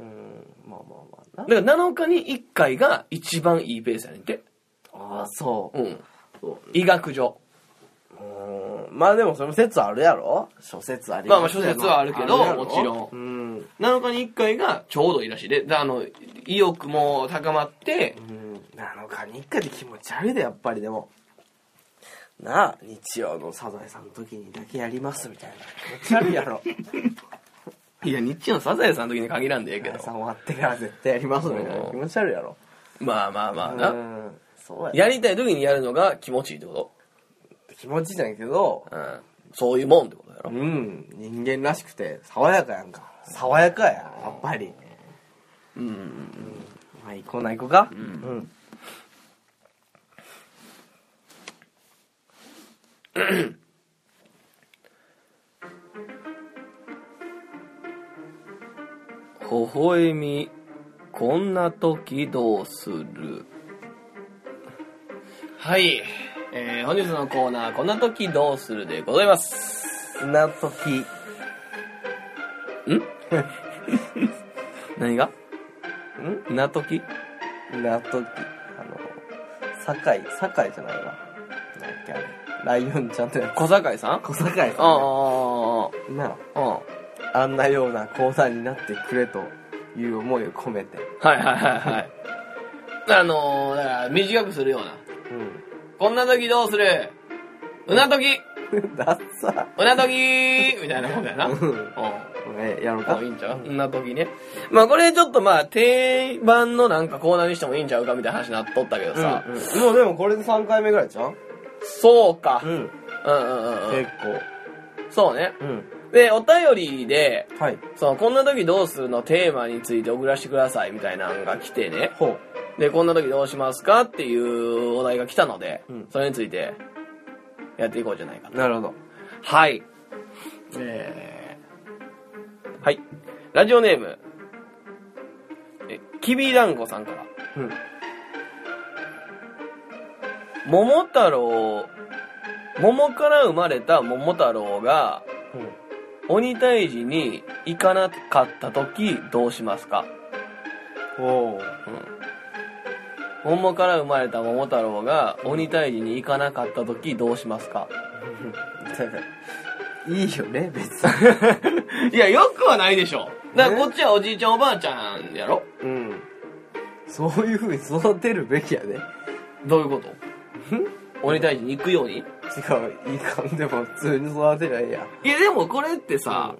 [SPEAKER 2] うん。まあまあまあな。
[SPEAKER 1] だから、7日に1回が一番いいペースやねんて。
[SPEAKER 2] ああ、そう。
[SPEAKER 1] うん。
[SPEAKER 2] そう
[SPEAKER 1] 医学上。
[SPEAKER 2] うんまあでもそれも説あるやろ諸説あり
[SPEAKER 1] まあまあ諸説はあるけど
[SPEAKER 2] やろ
[SPEAKER 1] もちろん
[SPEAKER 2] うん
[SPEAKER 1] 7日に1回がちょうどいいらしいで、であの、意欲も高まって、
[SPEAKER 2] うん7日に1回で気持ち悪いでやっぱりでもなあ日曜のサザエさんの時にだけやりますみたいな気持ち悪いやろ
[SPEAKER 1] いや、日曜のサザエさんの時に限らんでええけ
[SPEAKER 2] サザエさん
[SPEAKER 1] ど。
[SPEAKER 2] 終わってから絶対やりますみたいな気持ち悪いやろ
[SPEAKER 1] まあまあまあ
[SPEAKER 2] う
[SPEAKER 1] な。
[SPEAKER 2] んそうや
[SPEAKER 1] やりたい時にやるのが気持ちいいってこ
[SPEAKER 2] 気持ちいいじゃんけど、
[SPEAKER 1] とうん。そういうもんってことや
[SPEAKER 2] う
[SPEAKER 1] ろ。
[SPEAKER 2] ん、人間らしくて、爽やかやんか。爽やかや、やっぱり。
[SPEAKER 1] うん。
[SPEAKER 2] まあ、行こうな、行こうか。うん。
[SPEAKER 1] 微笑み、こんな時どうするはい。えー、本日のコーナー、こんな時どうするでございます。
[SPEAKER 2] 砂時。
[SPEAKER 1] 何が
[SPEAKER 2] ん
[SPEAKER 1] な時
[SPEAKER 2] なとき、あの、酒井、酒井じゃないわ。なんだっけあれライオンちゃんってやつ。
[SPEAKER 1] 小坂井さん
[SPEAKER 2] 小酒井
[SPEAKER 1] ああ
[SPEAKER 2] さんね。な
[SPEAKER 1] ああ、うん。
[SPEAKER 2] あ、あんなような講座になってくれという思いを込めて。
[SPEAKER 1] はいはいはいはい。あのー、だから短くするような。
[SPEAKER 2] う
[SPEAKER 1] こんな時どうするうな時
[SPEAKER 2] ん。 だっさ。
[SPEAKER 1] うな時みたいなことやな。
[SPEAKER 2] う
[SPEAKER 1] うんん。
[SPEAKER 2] え、やろう
[SPEAKER 1] あ
[SPEAKER 2] か
[SPEAKER 1] いい。んちゃううんな時ね。まあこれちょっとまあ定番のなんかコーナーにしてもいいんちゃうかみたいな話になっとったけどさ。
[SPEAKER 2] うんもうでもこれで3回目ぐらいじゃん
[SPEAKER 1] そうか。うん
[SPEAKER 2] ん。
[SPEAKER 1] うんうんうん。
[SPEAKER 2] 結構。
[SPEAKER 1] そうね。
[SPEAKER 2] うん。
[SPEAKER 1] で、お便りで、
[SPEAKER 2] はい。
[SPEAKER 1] その、こんな時どうするのテーマについて送らせてくださいみたいなのが来てね。
[SPEAKER 2] ほう。
[SPEAKER 1] で、こんな時どうしますかっていうお題が来たので、
[SPEAKER 2] うん
[SPEAKER 1] それについてやっていこうじゃないかと。
[SPEAKER 2] なるほど。
[SPEAKER 1] はい。えー、はい。ラジオネーム、え、きびだんごさんから、
[SPEAKER 2] うん。
[SPEAKER 1] 桃太郎、桃から生まれた桃太郎が鬼退治に行かなかった時どうしますか
[SPEAKER 2] ほう。
[SPEAKER 1] 桃から生まれた桃太郎が鬼退治に行かなかった時どうしますか
[SPEAKER 2] だから いいよね、別 に。
[SPEAKER 1] いや、よくはないでしょ。だからこっちはおじいちゃんおばあちゃんやろ
[SPEAKER 2] うん。そういう風に育てるべきやね。
[SPEAKER 1] どういうこと鬼退治に行くように
[SPEAKER 2] 違う、いい感じでも普通に育てりゃいいや。
[SPEAKER 1] いや、でもこれってさ、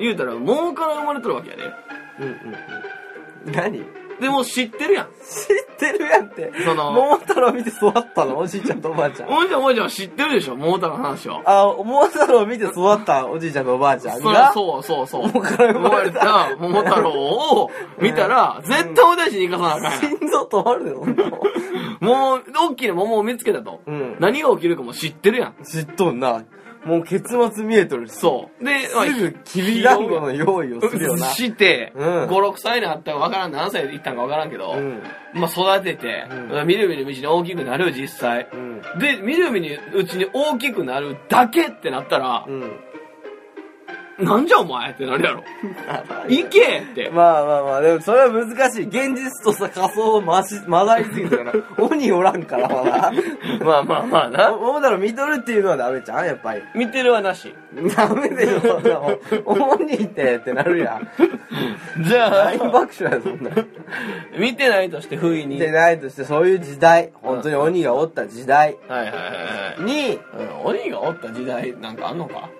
[SPEAKER 1] 言うたら桃から生まれとるわけやで。
[SPEAKER 2] うんうんうん。何知っ
[SPEAKER 1] でも知ってるやん。
[SPEAKER 2] てるやんって。
[SPEAKER 1] その
[SPEAKER 2] 桃太郎見て育ったのおじいちゃんとおば あちゃん。
[SPEAKER 1] おじいちゃんおばあちゃんは知ってるでしょ桃太郎の話は。
[SPEAKER 2] あ、桃太郎見て育ったおじいちゃんとおばあちゃん
[SPEAKER 1] そりゃ
[SPEAKER 2] が。
[SPEAKER 1] そうそうそう。
[SPEAKER 2] 桃から生まれた
[SPEAKER 1] 生まれた桃太郎を見たら、絶対鬼退治に行かさなあかんやん。
[SPEAKER 2] 心臓止まるよ、ほんと
[SPEAKER 1] もう、大きな桃を見つけたと。
[SPEAKER 2] うん
[SPEAKER 1] 何が起きるかも知ってるやん。
[SPEAKER 2] 知っとんな。もう結末見えとるし。
[SPEAKER 1] そう。で、まあ
[SPEAKER 2] すぐ、きびだんごの用意をするよな。
[SPEAKER 1] して、
[SPEAKER 2] うん
[SPEAKER 1] 5、6歳になったか分からん、何歳で行ったんか分からんけど、
[SPEAKER 2] うん。
[SPEAKER 1] まあ育てて、
[SPEAKER 2] う
[SPEAKER 1] みるみるうちに大きくなる、実際。
[SPEAKER 2] うん。
[SPEAKER 1] で、みるみるうちに大きくなるだけってなったら
[SPEAKER 2] う、ん。
[SPEAKER 1] なんじゃお前ってなるや ろ。行けって。
[SPEAKER 2] まあまあまあ、でもそれは難しい。現実とさ、仮想をまし、混ざりすぎて から、鬼おらんから、まだ。
[SPEAKER 1] まあまあまあ
[SPEAKER 2] お。桃太郎見とるっていうのはダメじゃん、やっぱり。
[SPEAKER 1] 見てるはなし。
[SPEAKER 2] ダメでしょ、そんなもん。鬼ってってなるやん。
[SPEAKER 1] じゃ
[SPEAKER 2] 大
[SPEAKER 1] あ、
[SPEAKER 2] 爆笑や、そんな。
[SPEAKER 1] 見てないとして不意に。は
[SPEAKER 2] で
[SPEAKER 1] い
[SPEAKER 2] ないとして、そういう時代、本当に鬼がおった時代
[SPEAKER 1] はいはいはい。
[SPEAKER 2] に、
[SPEAKER 1] うん、鬼がおった時代なんかあんのか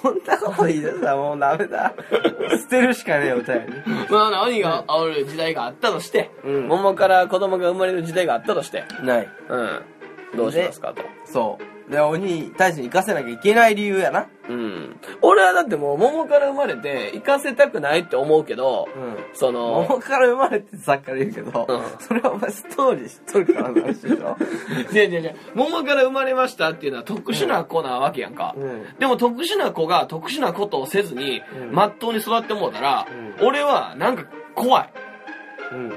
[SPEAKER 2] そんなこと言い出したらもうダメだ。捨てるしかねえよ、お便り。
[SPEAKER 1] まあ、鬼が煽る時代があったとして、
[SPEAKER 2] うん
[SPEAKER 1] 桃から子供が生まれる時代があったとして、
[SPEAKER 2] ない。
[SPEAKER 1] うん。どうしますかと。
[SPEAKER 2] そう。で、鬼に対して生かせなきゃいけない理由やな。
[SPEAKER 1] うん。俺はだってもう桃から生まれて行かせたくないって思うけど、
[SPEAKER 2] うん。
[SPEAKER 1] その、
[SPEAKER 2] 桃から生まれてさっきから言うけど、
[SPEAKER 1] うん
[SPEAKER 2] それはお前ストーリー知っとるからの話でしょ
[SPEAKER 1] 違う違う違う、桃から生まれましたっていうのは特殊な子なわけやんか。
[SPEAKER 2] うん
[SPEAKER 1] でも特殊な子が特殊なことをせずに
[SPEAKER 2] うん、
[SPEAKER 1] まっとうに育ってもうたら、
[SPEAKER 2] う
[SPEAKER 1] 俺はなんか怖い。
[SPEAKER 2] うんうん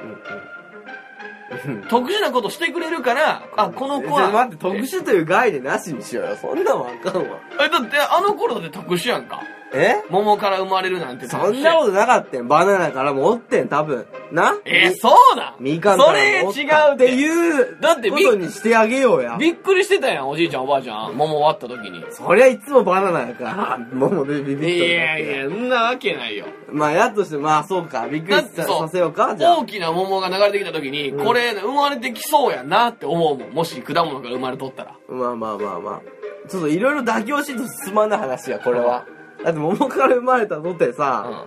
[SPEAKER 2] うん
[SPEAKER 1] 特殊なことしてくれるから、あ、この子
[SPEAKER 2] ちょっ
[SPEAKER 1] は。
[SPEAKER 2] と待って特殊という概念なしにしようよそんなんわかんわ
[SPEAKER 1] え、だってあの頃だって特殊やんか。
[SPEAKER 2] え
[SPEAKER 1] 桃から生まれるなんて
[SPEAKER 2] そんなことなかったよバナナからもおってん多分な
[SPEAKER 1] え
[SPEAKER 2] み
[SPEAKER 1] そうなん
[SPEAKER 2] みかんか
[SPEAKER 1] そ
[SPEAKER 2] ら
[SPEAKER 1] れ
[SPEAKER 2] も
[SPEAKER 1] 違う
[SPEAKER 2] おった
[SPEAKER 1] っ
[SPEAKER 2] って
[SPEAKER 1] ていう
[SPEAKER 2] いう
[SPEAKER 1] だって
[SPEAKER 2] こ
[SPEAKER 1] み
[SPEAKER 2] とにしてあげようや
[SPEAKER 1] びっくりしてたやんおじいちゃんおばあちゃん桃終わった時に
[SPEAKER 2] そりゃいつもバナナやから桃でビビっとる
[SPEAKER 1] い
[SPEAKER 2] だ
[SPEAKER 1] や
[SPEAKER 2] け
[SPEAKER 1] いやそんなわけないよ
[SPEAKER 2] まあやっとしてまあそうかびっくり
[SPEAKER 1] だっ
[SPEAKER 2] さ
[SPEAKER 1] て
[SPEAKER 2] さ
[SPEAKER 1] そ
[SPEAKER 2] せようかじゃあ
[SPEAKER 1] 大きな桃が流れてきた時に
[SPEAKER 2] うん
[SPEAKER 1] これ生まれてきそうやなって思うもんもし果物から生まれとったら
[SPEAKER 2] まあまあまあまあ。ちょっといろいろ妥協しんと進まない話や、これは。だって桃から生まれたとてさ、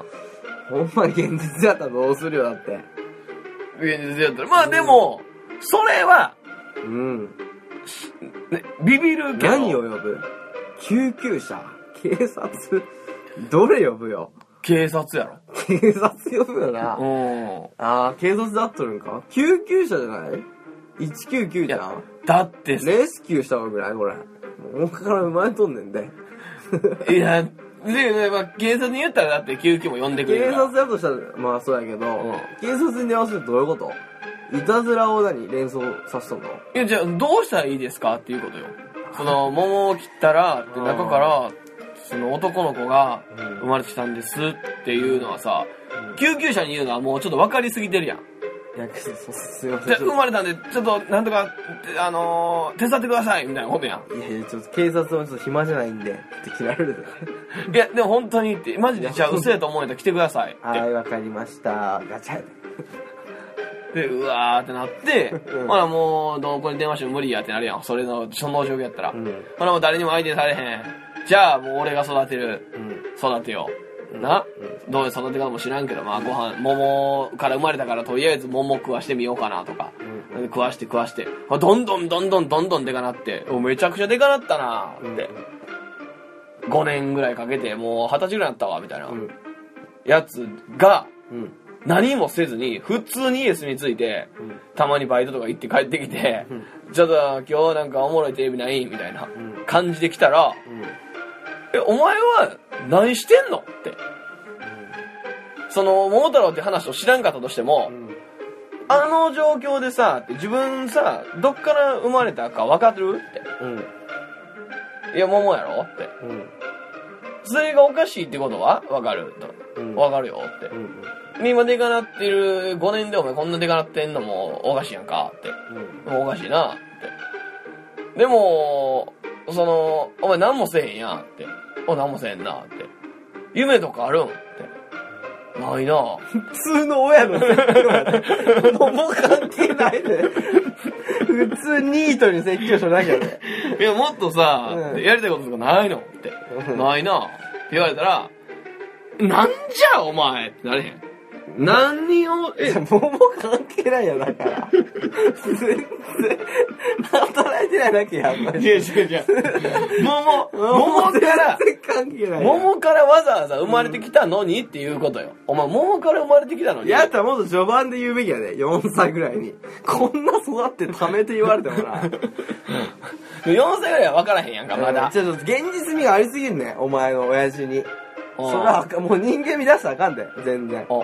[SPEAKER 2] ほんま現実やったらどうするよ、だって。
[SPEAKER 1] うん現実やったらまあでもそれは
[SPEAKER 2] うん。
[SPEAKER 1] ねビビるけど。
[SPEAKER 2] 何を呼ぶ救急車警察どれ呼ぶよ
[SPEAKER 1] 警察や
[SPEAKER 2] 警察呼ぶよな。
[SPEAKER 1] ろ。
[SPEAKER 2] ああ、警察だっとるんか救急車じゃない ?199
[SPEAKER 1] うん。い
[SPEAKER 2] じゃん
[SPEAKER 1] や、だってさ、
[SPEAKER 2] レスキューしたわぐらいこれ。もうから生まれとんねんで。
[SPEAKER 1] いや、で、でまあ、警察に言ったらだって救急も呼んでくれ
[SPEAKER 2] 警
[SPEAKER 1] るから。
[SPEAKER 2] 察だとしたら、まあそうやけど、
[SPEAKER 1] ん
[SPEAKER 2] 警察に合わせるとどういうこといたずらを何連想させとんの
[SPEAKER 1] いや、じゃあ、どうしたらいいですかっていうことよ。その、桃を切ったら、って中から、その男の子が
[SPEAKER 2] うん
[SPEAKER 1] 生まれてきたんですっていうのはさ、救急車に言うのはもうちょっと分かりすぎてるやん。
[SPEAKER 2] いや、すすいませ
[SPEAKER 1] じ
[SPEAKER 2] ん
[SPEAKER 1] ゃあ、
[SPEAKER 2] ちょっ
[SPEAKER 1] 生まれたんで、ちょっと、なんとか、あのー手伝ってくださいみたいなことやん。
[SPEAKER 2] と。いやいや、ちょっと警察もちょっと暇じゃないんで、って切られるで。
[SPEAKER 1] いや、でも本当にって、マジで、じゃあ、嘘やと思うんやったら来てくださいって。
[SPEAKER 2] はい、わかりました。ガチャ。
[SPEAKER 1] で、うわーってなって、
[SPEAKER 2] うん
[SPEAKER 1] ほらもう、どこに電話しても無理やってなるやん。それの、その状況やったら。
[SPEAKER 2] うん
[SPEAKER 1] ほらもう誰にも相手にされへん。じゃあ、もう俺が育てる。
[SPEAKER 2] うん。
[SPEAKER 1] 育てよう。な、どういう育て方も知らんけど、まあご飯、桃から生まれたからとりあえず桃食わしてみようかなとか。
[SPEAKER 2] う
[SPEAKER 1] 食わして食わして。あどんどんどんどんどんどんでかなって。おめちゃくちゃでかなったなーって。5年ぐらいかけて、もう二十歳ぐらいになったわ、みたいな。
[SPEAKER 2] うん。
[SPEAKER 1] やつが、
[SPEAKER 2] うん。
[SPEAKER 1] 何もせずに、普通に家住みついて、
[SPEAKER 2] うん。
[SPEAKER 1] たまにバイトとか行って帰ってきて、ちょっと今日なんかおもろいテレビないみたいな
[SPEAKER 2] うん
[SPEAKER 1] 感じで来たら、え、お前は何してんのって。その、桃太郎って話を知らんかったとしても、あの状況でさ、って自分さ、どっから生まれたか分かってるっ
[SPEAKER 2] うん。
[SPEAKER 1] て。いや、桃やろって。
[SPEAKER 2] うん。
[SPEAKER 1] それがおかしいってことは分かると。
[SPEAKER 2] うん
[SPEAKER 1] 分かるよって。
[SPEAKER 2] うん。
[SPEAKER 1] 今でかなってる5年でお前こんなでかなってんのもおかしいやんかって。もうおかしいなって。でも、その、お前何もせえへんやんって。お、何もせえへんなって。夢とかあるんって。ないなぁ。
[SPEAKER 2] 普通の親の説教やで。桃関係ないで。普通ニートに説教書なきゃね。
[SPEAKER 1] いや、もっとさ、
[SPEAKER 2] うん
[SPEAKER 1] やりたいこととかないのって。
[SPEAKER 2] うん
[SPEAKER 1] ないなぁ。って言われたら、なんじゃお前ってなれへん。何を、 え、
[SPEAKER 2] 桃関係ないよ、だから。全然、働いてないだけやんま
[SPEAKER 1] い
[SPEAKER 2] り。
[SPEAKER 1] や違う違う。桃、桃から、
[SPEAKER 2] 全然関係ないやん。
[SPEAKER 1] 桃からわざわざ生まれてきたのにっていうことよ。お前、桃から生まれてきたのに。
[SPEAKER 2] やったらもっと序盤で言うべきやね。4歳ぐらいに。こんな育ってためて言われてもな。
[SPEAKER 1] 4歳ぐらいは分からへんやんか、まだ。
[SPEAKER 2] ちょっと現実味がありすぎるね。お前の親父に。
[SPEAKER 1] おう
[SPEAKER 2] それはあかんもう人間見出したらあかんで。全然。
[SPEAKER 1] おおお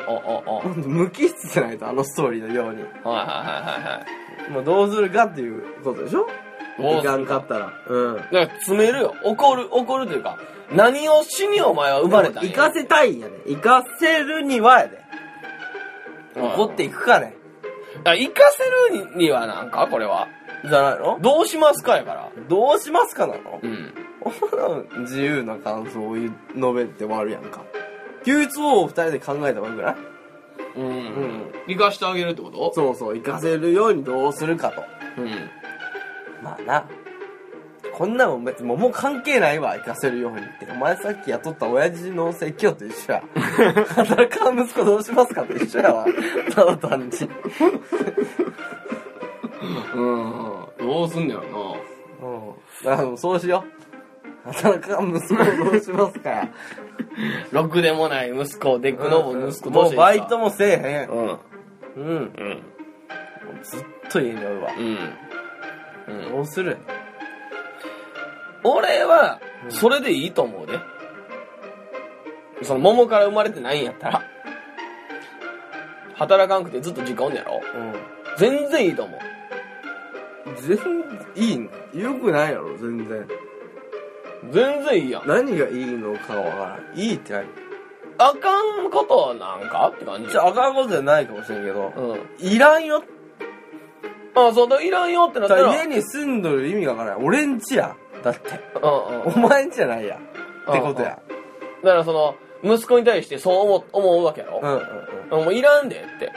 [SPEAKER 1] お。はい
[SPEAKER 2] ほんと無機質じゃないと、あのストーリーのよう
[SPEAKER 1] はいは
[SPEAKER 2] に。
[SPEAKER 1] いはいはい。
[SPEAKER 2] もうどうするかっていうことでしょ
[SPEAKER 1] どう
[SPEAKER 2] い
[SPEAKER 1] す
[SPEAKER 2] か
[SPEAKER 1] る
[SPEAKER 2] んかったら。うん。
[SPEAKER 1] だから詰めるよ。怒る、怒るというか、何をしにお前は生まれたん
[SPEAKER 2] 行
[SPEAKER 1] や
[SPEAKER 2] かせたいんやね。行かせるにはやで。
[SPEAKER 1] うん
[SPEAKER 2] 怒っていくかね。
[SPEAKER 1] あ行かせるにはなんかこれは。
[SPEAKER 2] じゃないの
[SPEAKER 1] どうしますかやから。
[SPEAKER 2] どうしますかなの
[SPEAKER 1] うん。
[SPEAKER 2] 自由な感想を言う述べて終わるやんか。Q2 を二人で考えた方がぐらい
[SPEAKER 1] うん。
[SPEAKER 2] うん
[SPEAKER 1] 行かしてあげるってこと
[SPEAKER 2] そうそう、行かせるようにどうするかと。
[SPEAKER 1] う。うん。
[SPEAKER 2] まあな。こんなもん別にもう関係ないわ、行かせるようにって。お前さっき雇った親父の説教と一緒 や。働かん息子どうしますかと一緒やわ。ただ単に。
[SPEAKER 1] うん。どうすんだよ
[SPEAKER 2] うん。あの、そうしよう。働かん息子どうしますかや。
[SPEAKER 1] な。ろくでもない息子、デクノボの息子、
[SPEAKER 2] もうバイト
[SPEAKER 1] も。
[SPEAKER 2] もせえ
[SPEAKER 1] うん。
[SPEAKER 2] へん。うん。
[SPEAKER 1] うん。
[SPEAKER 2] ずっと家におるわ。
[SPEAKER 1] うん。うん。
[SPEAKER 2] どうする
[SPEAKER 1] 俺は、それでいいと思うで。その、桃から生まれてないんやったら。働かんくてずっと時間おんねやろ
[SPEAKER 2] うん。
[SPEAKER 1] 全然いいと思う。
[SPEAKER 2] 全いいの良くないやろ、全然。
[SPEAKER 1] 全然いいやん。
[SPEAKER 2] 何がいいのかわからん。いいって何
[SPEAKER 1] あかんことなんかって感じ
[SPEAKER 2] じ。ゃあ、あかんことじゃないかもしれんけど、
[SPEAKER 1] うん。
[SPEAKER 2] いらんよ
[SPEAKER 1] あ、そうだ、いらんよってなったら。
[SPEAKER 2] 家に住んどる意味がわからない。俺んちや。だって。
[SPEAKER 1] うんうん。
[SPEAKER 2] お前んちじゃないや。ってことや。
[SPEAKER 1] だからその、息子に対してそう思う思うわけやろ
[SPEAKER 2] う、んうんうん。
[SPEAKER 1] もういらんでって。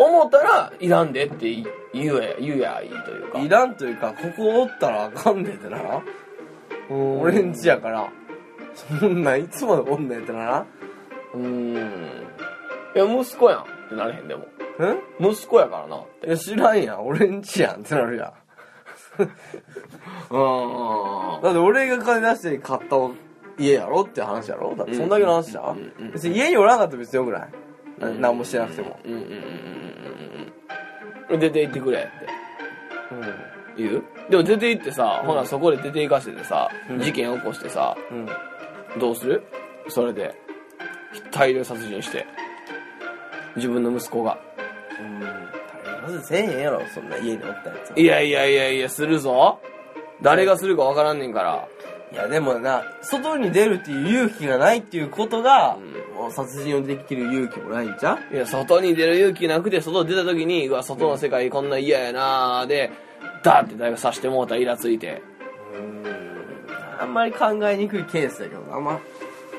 [SPEAKER 1] 思ったら、いらんでって言うや、言うやいいというか。
[SPEAKER 2] うん。いらんというか、ここおったらあかんねんってな。俺んちやから。そんなんいつまでおんねんってな。
[SPEAKER 1] うーん。いや、息子やんってなれへんでも。
[SPEAKER 2] うん
[SPEAKER 1] 息子やからな。
[SPEAKER 2] いや、知らんやん。俺んちやんってなるやん。
[SPEAKER 1] うん
[SPEAKER 2] だって俺が金出して買った家やろって話やろだってそんだけの話じゃ
[SPEAKER 1] うんうんうんん
[SPEAKER 2] 別に家におらんかったら別によくないな何もしてなくても
[SPEAKER 1] うんうんうんうんうん出て行ってくれって言うでも出て行ってさ、ほなそこで出て行かせてさ、
[SPEAKER 2] うん
[SPEAKER 1] 事件起こしてさ
[SPEAKER 2] うん、うん、
[SPEAKER 1] どうするそれで大量殺人して自分の息子が
[SPEAKER 2] まずせえへんやろそんな家におったやつ
[SPEAKER 1] いやいやいやいやするぞ誰がするかわからんねんから
[SPEAKER 2] いやでもな外に出るっていう勇気がないっていうことが、
[SPEAKER 1] ん
[SPEAKER 2] もう殺人をできる勇気もないんじゃん
[SPEAKER 1] いや外に出る勇気なくて外出た時にうわ外の世界こんな嫌やなーでダーって誰か刺してもうたらイラついて
[SPEAKER 2] あんまり考えにくいケースだけどなあんま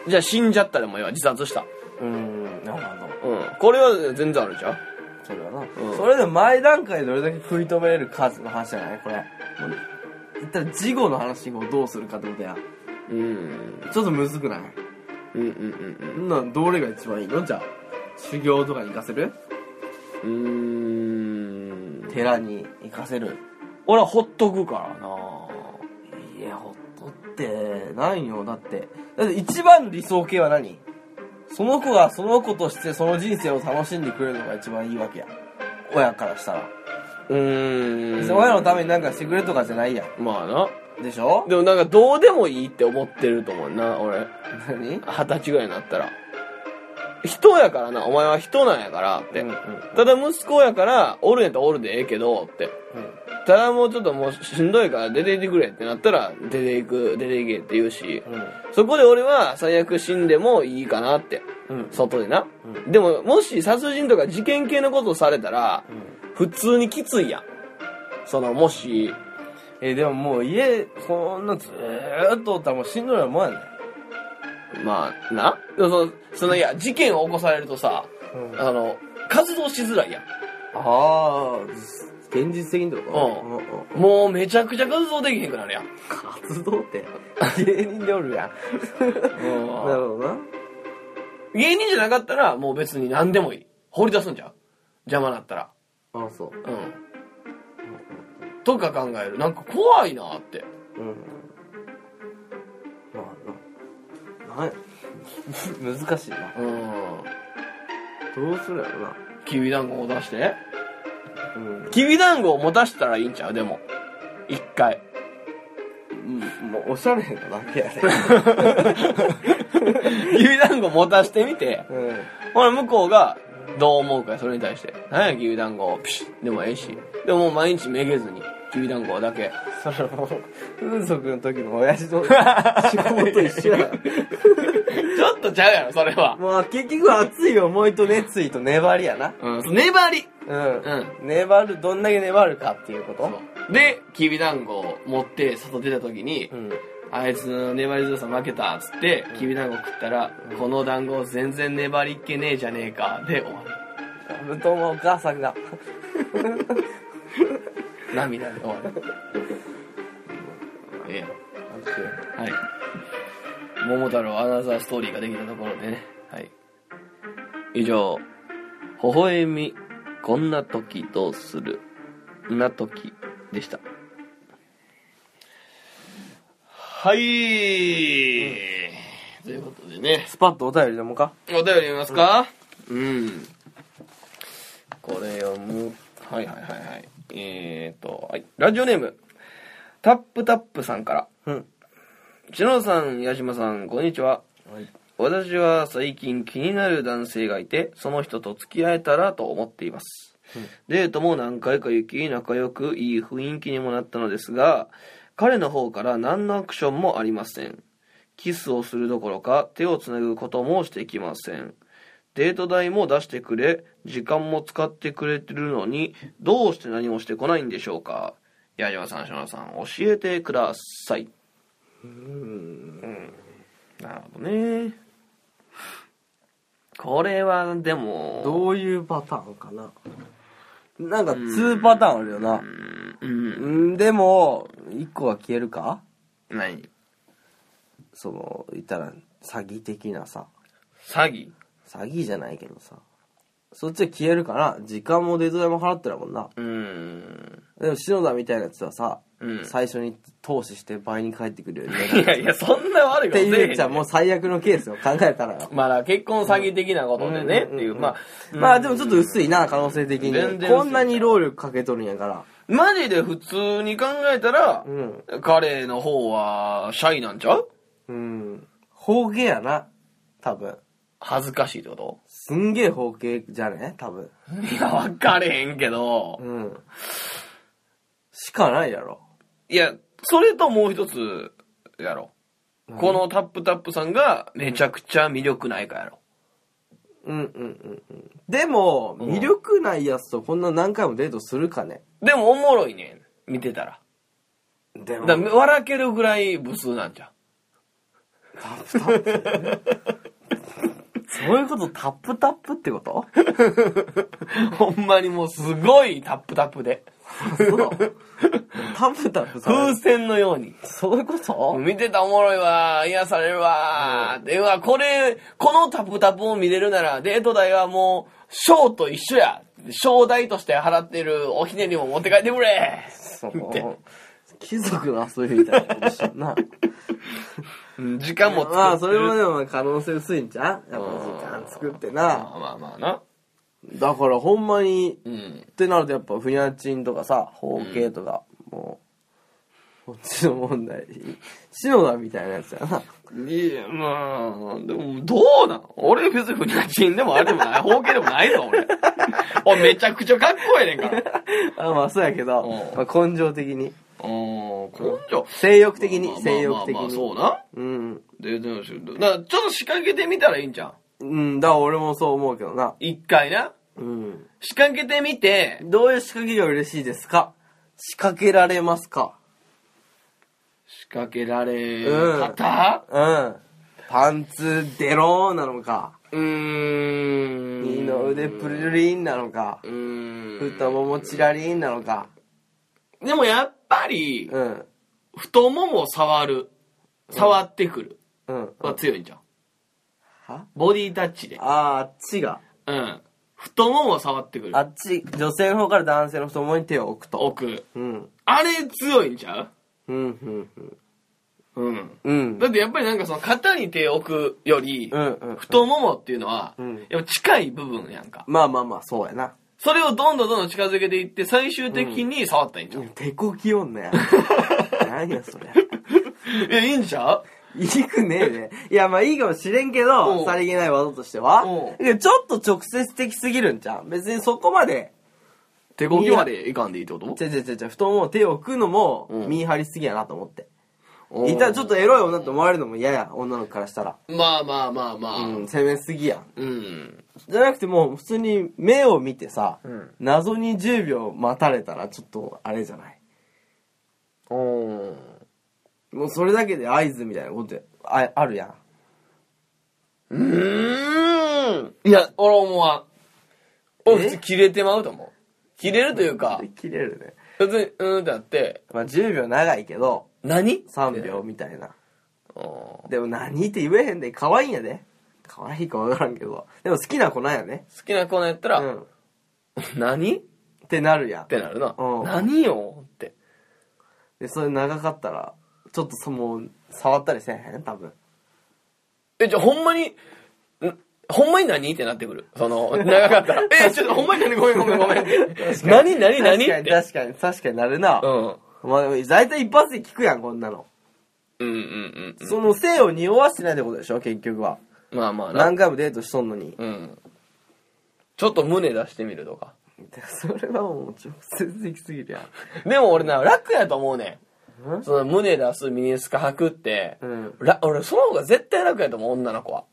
[SPEAKER 1] じゃあ死んじゃったでもいいわ自殺した
[SPEAKER 2] うんなるほど
[SPEAKER 1] うんこれは全然あるじゃん
[SPEAKER 2] それはな、
[SPEAKER 1] ん
[SPEAKER 2] それでも前段階でどれだけ食い止めれる数の話じゃないこれもう言ったら事後の話をどうするかってことや
[SPEAKER 1] うん
[SPEAKER 2] ちょっとむずくない
[SPEAKER 1] うんうんうん
[SPEAKER 2] んなんどれが一番いいのじゃあ修行とかに行かせる
[SPEAKER 1] うーん
[SPEAKER 2] 寺に行かせる
[SPEAKER 1] 俺はほっとくからない
[SPEAKER 2] やほっとってないよだってだって一番の理想形は何その子がその子としてその人生を楽しんでくれるのが一番いいわけや親からしたら、
[SPEAKER 1] うー
[SPEAKER 2] 別
[SPEAKER 1] ん
[SPEAKER 2] に親のためになんかしてくれとかじゃないや
[SPEAKER 1] まあなん
[SPEAKER 2] でしょ
[SPEAKER 1] でもなんかどうでもいいって思ってると思うな俺二
[SPEAKER 2] 何
[SPEAKER 1] 十歳ぐらいになったら人やからなお前は人なんやからって、
[SPEAKER 2] うんうん
[SPEAKER 1] ただ息子やからおるんやったらおるでええけどって
[SPEAKER 2] うん
[SPEAKER 1] ただもうちょっともうしんどいから出て行ってくれってなったら出て行く出て行けって言うし、
[SPEAKER 2] う
[SPEAKER 1] そこで俺は最悪死んでもいいかなって
[SPEAKER 2] んうん
[SPEAKER 1] 外でな、でももし殺人とか事件系のことをされたら、普通にきついやんそのもし
[SPEAKER 2] えでももう家こんなずーっとおったらもうしんどいよもんやね
[SPEAKER 1] まあなでもそのそのいや事件を起こされるとさ、
[SPEAKER 2] うん
[SPEAKER 1] あの活動しづらいやん
[SPEAKER 2] ああ現実的にってこと
[SPEAKER 1] うん
[SPEAKER 2] うんうん
[SPEAKER 1] もうめちゃくちゃ活動できへんくなるやん
[SPEAKER 2] 活動って 芸人でお るやんなるほどな
[SPEAKER 1] 芸人じゃなかったらもう別に何でもいい放り出すんじゃう邪魔だったら
[SPEAKER 2] あそ
[SPEAKER 1] うんとか考えるなんか怖いなって
[SPEAKER 2] ううんまあなない 難しいな
[SPEAKER 1] うん
[SPEAKER 2] どうするやろな
[SPEAKER 1] きびだんごを出して
[SPEAKER 2] うん
[SPEAKER 1] きびだんごを持たしたらいいんちゃうでも一回
[SPEAKER 2] うんもうおしゃれなだけやね
[SPEAKER 1] きびだんご持たしてみて
[SPEAKER 2] うん
[SPEAKER 1] ほら向こうがどう思うかそれに対して何やきびだんごピシッでもええしでももう毎日めげずにきびだんごだけ
[SPEAKER 2] それもう風俗の時の親父の仕事と一緒や
[SPEAKER 1] ちょっとちゃうやろそれは
[SPEAKER 2] まあ結局熱い思いと熱意と粘りやな。
[SPEAKER 1] うん粘り
[SPEAKER 2] うん。
[SPEAKER 1] う
[SPEAKER 2] 粘る、どんだけ粘るかっていうこと
[SPEAKER 1] できびだんごを持って外出た時に、
[SPEAKER 2] ん。
[SPEAKER 1] あいつの粘り強さ負けたっつってきびだんご食ったら、この団子全然粘りっけねえじゃねえかで終わ
[SPEAKER 2] 布団はお母さんが。
[SPEAKER 1] る涙で終わるええやんはい桃太郎アナザーストーリーができたところでねはい以上「微笑みこんな時どうする?」な時でしたはい、ということでね
[SPEAKER 2] スパッとお便りでもか
[SPEAKER 1] お便り読みますかうん、これ読むはいはいはいはいえーと、はい、ラジオネームタップタップさんから
[SPEAKER 2] うん。
[SPEAKER 1] 篠野さん矢島さんこんにちは私は最近気になる男性がいてその人と付き合えたらと思っています、デートも何回か行き仲良くいい雰囲気にもなったのですが彼の方から何のアクションもありませんキスをするどころか手をつなぐこともしてきませんデート代も出してくれ時間も使ってくれてるのにどうして何もしてこないんでしょうか矢島さん篠野さん教えてくださいなるほどねこれはでも
[SPEAKER 2] どういうパターンかななんか2パターンあるよな。
[SPEAKER 1] うん
[SPEAKER 2] うん、でも、1個は消えるか
[SPEAKER 1] 何
[SPEAKER 2] その、言ったら、詐欺的なさ。
[SPEAKER 1] 詐欺
[SPEAKER 2] 詐欺じゃないけどさ。そっちは消えるから、時間もデート代も払ってるもんな。
[SPEAKER 1] うん
[SPEAKER 2] でも、篠田みたいなやつはさ、
[SPEAKER 1] うん
[SPEAKER 2] 最初に投資して倍に返ってくるようにな る
[SPEAKER 1] いやいやそんな悪い
[SPEAKER 2] っ
[SPEAKER 1] ことせえ
[SPEAKER 2] て
[SPEAKER 1] へん
[SPEAKER 2] い
[SPEAKER 1] ね
[SPEAKER 2] うじゃもう最悪のケースを考えたらよ
[SPEAKER 1] まあだから結婚詐欺的なことでね
[SPEAKER 2] う
[SPEAKER 1] っ
[SPEAKER 2] ん
[SPEAKER 1] ていうまあ
[SPEAKER 2] まあでもちょっと
[SPEAKER 1] うん
[SPEAKER 2] 薄いな可能性的
[SPEAKER 1] 全然薄
[SPEAKER 2] に
[SPEAKER 1] い
[SPEAKER 2] こんなに労力かけとるんやから
[SPEAKER 1] マジで普通に考えたら
[SPEAKER 2] うん
[SPEAKER 1] 彼の方はシャイなんちゃう
[SPEAKER 2] うん方形やな多分
[SPEAKER 1] 恥ずかしいってこと
[SPEAKER 2] すんげえ方形じゃね多分
[SPEAKER 1] いや、わかれへんけど。
[SPEAKER 2] うんしかないやろ
[SPEAKER 1] いや、それともう一つ、やろ。このタップタップさんがめちゃくちゃ魅力ないかやろ。
[SPEAKER 2] うんうんうんうんでも
[SPEAKER 1] うん
[SPEAKER 2] 魅力ないやつとこんな何回もデートするかね
[SPEAKER 1] でもおもろいねん。見てたら。
[SPEAKER 2] で
[SPEAKER 1] だから笑けるぐらい無数なんじゃん。
[SPEAKER 2] そういうことタップタップってこと
[SPEAKER 1] ほんまにもうすごいタップタップで。
[SPEAKER 2] そうタップタップさ
[SPEAKER 1] 風船のように。
[SPEAKER 2] そういうこと
[SPEAKER 1] 見てたおもろいわ、癒されるわ、ではこれ、このタップタップを見れるなら、デート代はもう、ショーと一緒や。賞代として払ってるおひねりも持って帰ってくれ。
[SPEAKER 2] そう
[SPEAKER 1] って
[SPEAKER 2] 貴族の遊びみたいなことしんな
[SPEAKER 1] うん時間も作ってる。
[SPEAKER 2] まあそれもでも可能性薄いんじゃんやっぱ時間作ってな
[SPEAKER 1] まあまあまあな。
[SPEAKER 2] だからほんまに
[SPEAKER 1] うん
[SPEAKER 2] っ。てなるとやっぱふにゃちんとかさ包茎とか、もうこっちの問題篠田みたいなやつやない
[SPEAKER 1] や、まあ、でも、どうなん俺別に不妊人でもあれでもない、方形でもないぞ、 俺。俺めちゃくちゃかっこええねんから。
[SPEAKER 2] あまあそうやけど、
[SPEAKER 1] う
[SPEAKER 2] まあ、根性的に
[SPEAKER 1] うん、根性。
[SPEAKER 2] 性欲的に、
[SPEAKER 1] まあまあ
[SPEAKER 2] 性欲的
[SPEAKER 1] まあまあ、
[SPEAKER 2] に
[SPEAKER 1] そうな。
[SPEAKER 2] うん
[SPEAKER 1] で、どうしよう。だからちょっと仕掛けてみたらいいんじゃん。
[SPEAKER 2] うんだから俺もそう思うけどな
[SPEAKER 1] 一回な。
[SPEAKER 2] うん
[SPEAKER 1] 仕掛けてみて、
[SPEAKER 2] どういう仕掛けが嬉しいですか仕掛けられますか
[SPEAKER 1] 仕掛けられ
[SPEAKER 2] うん
[SPEAKER 1] 方
[SPEAKER 2] うんパンツデローなのか
[SPEAKER 1] うーん。
[SPEAKER 2] 二の腕プルリンなのか
[SPEAKER 1] うーん。
[SPEAKER 2] 太ももチラリンなのか
[SPEAKER 1] でもやっぱり、
[SPEAKER 2] うん
[SPEAKER 1] 太ももを触る。触ってくる。
[SPEAKER 2] うん
[SPEAKER 1] は強いんじゃん。
[SPEAKER 2] は
[SPEAKER 1] ボディタッチで。
[SPEAKER 2] あーあっちが
[SPEAKER 1] うん。太ももを触ってくる
[SPEAKER 2] あ。っち、女性の方から男性の太ももに手を置くと。
[SPEAKER 1] 奥。
[SPEAKER 2] うん。
[SPEAKER 1] あれ強いんちゃ
[SPEAKER 2] うん、うん、
[SPEAKER 1] ううん。
[SPEAKER 2] うん。
[SPEAKER 1] だってやっぱりなんかその肩に手を置くより
[SPEAKER 2] う、ん、うん。
[SPEAKER 1] 太ももっていうのは
[SPEAKER 2] うん、
[SPEAKER 1] やっぱ近い部分やんか。
[SPEAKER 2] まあまあまあ、そうやな。
[SPEAKER 1] それをどんどんどんどん近づけていって、最終的に触ったらいいんちゃう
[SPEAKER 2] 手こきよ んなや。何やそれ。
[SPEAKER 1] いや、いいんちゃう
[SPEAKER 2] いくねえで。いや、まあいいかもしれんけど、
[SPEAKER 1] うん
[SPEAKER 2] さりげない技としては
[SPEAKER 1] う。ん
[SPEAKER 2] いやちょっと直接的すぎるんじゃん。別にそこまで、
[SPEAKER 1] 手こきまでいかんでいいってこ
[SPEAKER 2] ちゃちゃちゃちゃ、太もも手を置くのも
[SPEAKER 1] う、ん
[SPEAKER 2] 見張りすぎやなと思って。
[SPEAKER 1] と
[SPEAKER 2] いたらちょっ
[SPEAKER 1] と。
[SPEAKER 2] とエロい女と思われるのも嫌や、女の子からしたら。
[SPEAKER 1] まあまあまあまあ。
[SPEAKER 2] う
[SPEAKER 1] うん
[SPEAKER 2] ん、攻めすぎやん。。
[SPEAKER 1] うん。
[SPEAKER 2] じゃなくてもう普通に目を見てさ、
[SPEAKER 1] うん
[SPEAKER 2] 謎に10秒待たれたらちょっとあれじゃないもうそれだけで合図みたいなことああるやん
[SPEAKER 1] うーん。いや、俺思わん。俺普通切れてまうと思う。切れるというか、
[SPEAKER 2] 切れるね、
[SPEAKER 1] 別に、うーんってなって、
[SPEAKER 2] まあ、10秒長いけど
[SPEAKER 1] 何
[SPEAKER 2] 3秒みたいな
[SPEAKER 1] 好
[SPEAKER 2] でも何って言えへんで可愛いんやで可愛いか分からんけどでも好きな子なんやね
[SPEAKER 1] きな子なんやった
[SPEAKER 2] う
[SPEAKER 1] ら、
[SPEAKER 2] んっ
[SPEAKER 1] 何って
[SPEAKER 2] なるやん
[SPEAKER 1] てなるな
[SPEAKER 2] うん。
[SPEAKER 1] 何よって。
[SPEAKER 2] でそれ長かったらちょっとそもう触ったりせえへん多分
[SPEAKER 1] え、じゃあほんまに、んほんまに何ってなってくる。その、長か ったら。え、ちょっとほんまに何ごめんごめんごめんって。何何何っ
[SPEAKER 2] 確かに
[SPEAKER 1] て。
[SPEAKER 2] 確かに確かになるな、
[SPEAKER 1] うん。
[SPEAKER 2] まあ、でも大体一発で聞くやんこんなの
[SPEAKER 1] うんうんうん
[SPEAKER 2] その性を匂わしてないってことでしょ結局は。
[SPEAKER 1] うん。まあまあな。
[SPEAKER 2] 何回もデートしとんのに。
[SPEAKER 1] うん。ちょっと胸出してみるとか。
[SPEAKER 2] それはもう直接的すぎるやん。
[SPEAKER 1] でも俺な、楽やと思うね
[SPEAKER 2] ん
[SPEAKER 1] ん。その胸出すミニスカ履くって、
[SPEAKER 2] うん
[SPEAKER 1] ら俺その方が絶対楽やと思う、女の子は。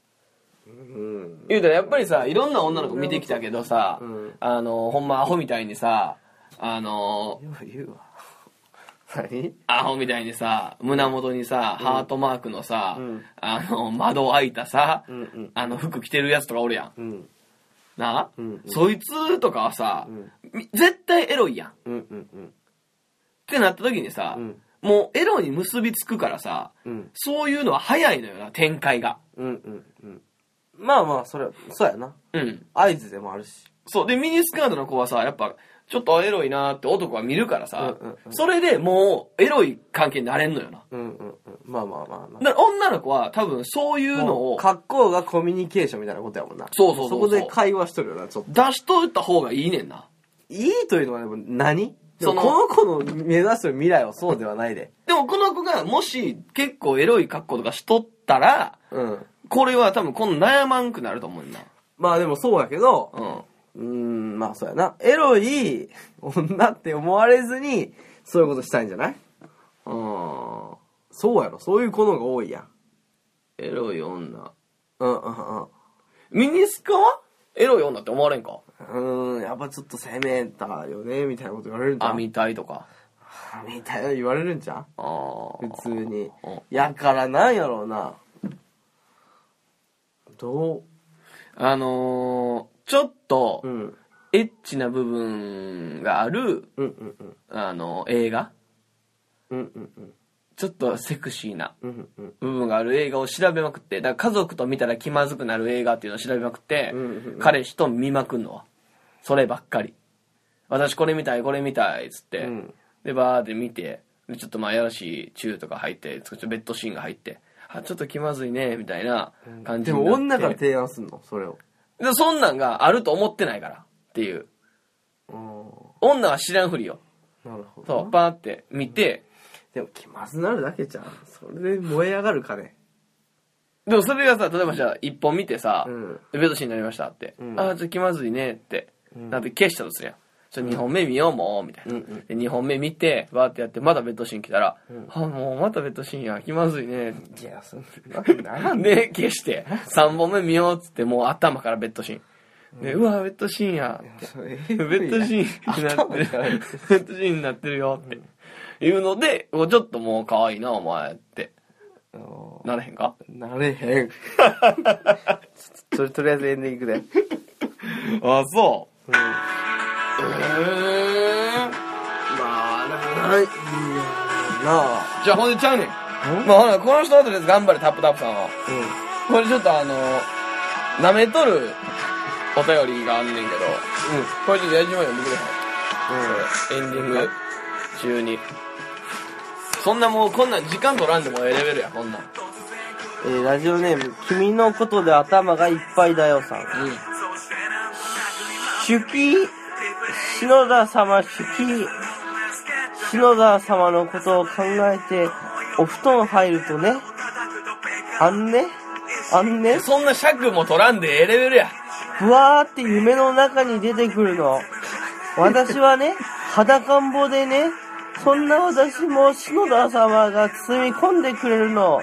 [SPEAKER 2] うん。
[SPEAKER 1] 言うたらやっぱりさいろんな女の子見てきたけどさ、
[SPEAKER 2] うん
[SPEAKER 1] あのほんまアホみたいにさあの
[SPEAKER 2] よう言うわ。 何
[SPEAKER 1] アホみたいにさ胸元にさ、ハートマークのさ、
[SPEAKER 2] うん
[SPEAKER 1] あの窓開いたさ、
[SPEAKER 2] うんうん
[SPEAKER 1] あの服着てるやつとかおるやん
[SPEAKER 2] うん。
[SPEAKER 1] なあ、
[SPEAKER 2] うんうん
[SPEAKER 1] そいつとかはさ、
[SPEAKER 2] ん
[SPEAKER 1] み絶対エロいやんっ
[SPEAKER 2] うんうんうん。
[SPEAKER 1] てなった時にさ、
[SPEAKER 2] うん
[SPEAKER 1] もうエロに結びつくからさ、
[SPEAKER 2] うん
[SPEAKER 1] そういうのは早いのよな展開が
[SPEAKER 2] うんうんうん。まあまあ、それ、そうやな。
[SPEAKER 1] うん
[SPEAKER 2] 合図でもあるし。
[SPEAKER 1] そうでミニスカートの子はさやっぱちょっとエロいなって男は見るからさ、
[SPEAKER 2] うんうんう
[SPEAKER 1] それでもうエロい関係になれんのよな。
[SPEAKER 2] うんうんうん。まあまあまあまあ。
[SPEAKER 1] だから女の子は多分そういうの
[SPEAKER 2] もう
[SPEAKER 1] を
[SPEAKER 2] 格好がコミュニケーションみたいなことやもんな。
[SPEAKER 1] そうそうそうそう
[SPEAKER 2] そこで会話しとるよな、ちょっと。
[SPEAKER 1] 出しといた方がいいねんな。
[SPEAKER 2] いいというのはでも何で
[SPEAKER 1] そ
[SPEAKER 2] も
[SPEAKER 1] の
[SPEAKER 2] この子の目指す未来はそうではないで。
[SPEAKER 1] でもこの子がもし結構エロい格好とかしとったら、
[SPEAKER 2] うん。
[SPEAKER 1] これは多分今度悩まんくなると思うんだ。
[SPEAKER 2] まあでもそうやけど、
[SPEAKER 1] うん。
[SPEAKER 2] うーん、まあそうやな。エロい女って思われずに、そういうことしたいんじゃないうん。そうやろ。そういう子の方が多いやん。
[SPEAKER 1] エロい女。
[SPEAKER 2] うんうん
[SPEAKER 1] ミニスカはエロい女って思われんか
[SPEAKER 2] うん。うーん、やっぱちょっと攻めたよね、みたいなこと言われるんじゃ
[SPEAKER 1] あ、
[SPEAKER 2] ん。
[SPEAKER 1] みたいとか。
[SPEAKER 2] みたいな言われるんじゃん
[SPEAKER 1] ああ。
[SPEAKER 2] 普通に
[SPEAKER 1] うん。
[SPEAKER 2] やからなんやろうな。ど
[SPEAKER 1] あのー、ちょっと
[SPEAKER 2] うう、ん。
[SPEAKER 1] エッチな部分がある、
[SPEAKER 2] うんうんうん。
[SPEAKER 1] あの、映画
[SPEAKER 2] うんうんうん。
[SPEAKER 1] ちょっとセクシーな
[SPEAKER 2] うんうん
[SPEAKER 1] 部分がある映画を調べまくって、だから家族と見たら気まずくなる映画っていうのを調べまくって、
[SPEAKER 2] うんうんうん
[SPEAKER 1] 彼氏と見まくんのは。そればっかり。私これ見たい、これ見たい、っつって。
[SPEAKER 2] うん
[SPEAKER 1] で、バーで見て、でちょっとまあやらしいチューとか入って、ちょっとベッドシーンが入って、あ、ちょっと気まずいね、みたいな感じ
[SPEAKER 2] で
[SPEAKER 1] になって
[SPEAKER 2] も女から提案すんのそれを。
[SPEAKER 1] でそんなんがあると思ってないから、っていう。
[SPEAKER 2] う
[SPEAKER 1] 女は知らんふりよ。
[SPEAKER 2] ん。なるほど。
[SPEAKER 1] そう、バーって見て、
[SPEAKER 2] でも気まずなるだけじゃん。それで燃え上がるかね。
[SPEAKER 1] でもそれがさ、例えばじゃあ一本見てさ、
[SPEAKER 2] うん
[SPEAKER 1] ベッドシーンになりましたって、
[SPEAKER 2] ん
[SPEAKER 1] ああ、ちょっと気まずいねって、なって消したとするやん。ちょっと2本目見ようもう、みたいな。
[SPEAKER 2] うんうん
[SPEAKER 1] で、2本目見て、わーってやって、まだベッドシーン来たら、ああ、もうまたベッドシーンや、気まずいね。
[SPEAKER 2] いや、そんなわけならんね。
[SPEAKER 1] で、消して、3本目見ようっつって、もう頭からベッドシーン。で、うわー、ベッドシーンや。
[SPEAKER 2] ベ
[SPEAKER 1] ベッドシーンになってる。ベッドシーンになってるよって。いうので、もうちょっともう可愛いな、お前って。なれへんか
[SPEAKER 2] なれへん。それとりあえずエンディングで。
[SPEAKER 1] あ、そう。
[SPEAKER 2] うん。ま
[SPEAKER 1] うーんまあ、でも
[SPEAKER 2] あ、いいよなあ。
[SPEAKER 1] じゃあほんでちゃうねん。まあほら、この人はとりあえず頑張れ、タップタップさんは。
[SPEAKER 2] う
[SPEAKER 1] これちょっとあの、舐めとるお便りがあんねんけど、
[SPEAKER 2] ん。うん。
[SPEAKER 1] これちょっとやじま読んでくれへん。エンディング中に。そんなもうこんなん時間取らんでもええレベルや、こんなん。
[SPEAKER 2] えーラジオネーム、君のことで頭がいっぱいだよさん。
[SPEAKER 1] うん。
[SPEAKER 2] 手記、篠田様手記、篠田様のことを考えて、お布団入るとね、あんね、あんね、
[SPEAKER 1] そんな尺も取らんでええレベルや。
[SPEAKER 2] ふわーって夢の中に出てくるの。私はね、裸んぼでね、そんな私も篠田様が包み込んでくれるの。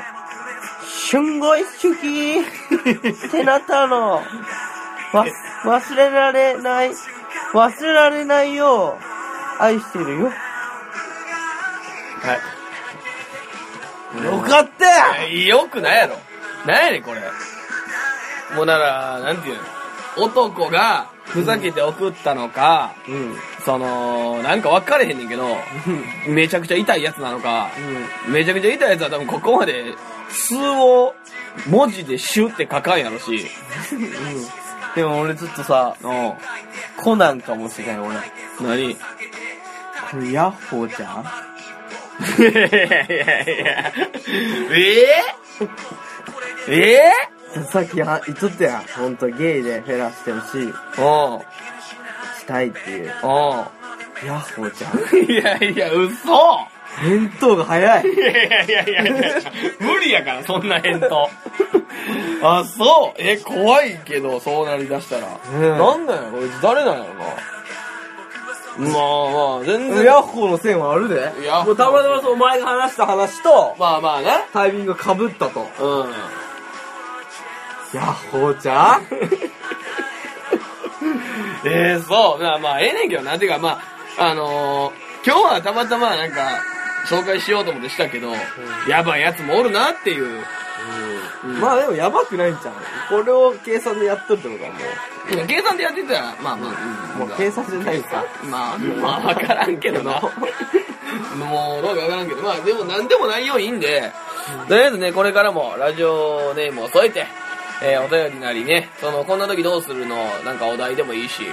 [SPEAKER 2] すんごい好きってなったの。わ、忘れられない。忘れられないよ。愛してるよ。
[SPEAKER 1] はい。
[SPEAKER 2] よかったよ
[SPEAKER 1] よくないやろ。なんやねん、これ。もうなら、なんていうの男がふざけて送ったのか、
[SPEAKER 2] うん。うん。
[SPEAKER 1] その、なんか分かれへんねんけど、めちゃくちゃ痛いやつなのか、めちゃくちゃ痛いやつは多分ここまで、数を文字でシュって書かんやろし、
[SPEAKER 2] でも俺ちょっとさ、
[SPEAKER 1] うん。
[SPEAKER 2] コナンかもしれない俺。
[SPEAKER 1] 何い
[SPEAKER 2] これヤッホーちゃん
[SPEAKER 1] やいやいや。えぇ、え
[SPEAKER 2] さっきは言っとったやん。ほんとゲイでフェラしてほしい。
[SPEAKER 1] ぇ、うん。
[SPEAKER 2] したいっていう。
[SPEAKER 1] う
[SPEAKER 2] ヤッホーちゃん。
[SPEAKER 1] ん。いやいや、嘘
[SPEAKER 2] 返答が早い。
[SPEAKER 1] いやいやいやいやいや無理やから、そんな返 答。あ、そうえ、怖いけど、そうなりだしたら。
[SPEAKER 2] うん
[SPEAKER 1] なんだよ、こいつ誰なんやろな。まあまあ、全然。
[SPEAKER 2] ヤッホーの線はあるで。
[SPEAKER 1] ヤッホー
[SPEAKER 2] もうたまたまそうお前が話した話と、
[SPEAKER 1] まあまあな。
[SPEAKER 2] タイミングが被ったと。
[SPEAKER 1] うん。
[SPEAKER 2] ヤッホーちゃん
[SPEAKER 1] えー、そう。まあまあ、ええねんけどな。てか、まあ、あのー、今日はたまたまなんか、紹介しようと思ってしたけど、やばいやつもおるなっていう。
[SPEAKER 2] うんまあでもやばくないんちゃうこれを計算でやっとるってことはも
[SPEAKER 1] いや計算でやってたら、まあまあ、
[SPEAKER 2] う、もう計算じゃないか。
[SPEAKER 1] まあ、まあ、わからんけどな。もう、どうかわからんけど、まあ、でも、なんでもないよういいんで、とりあえずね、これからも、ラジオネームを添えて、えーお便りなりね、その、こんな時どうするの、なんかお題でもいいし、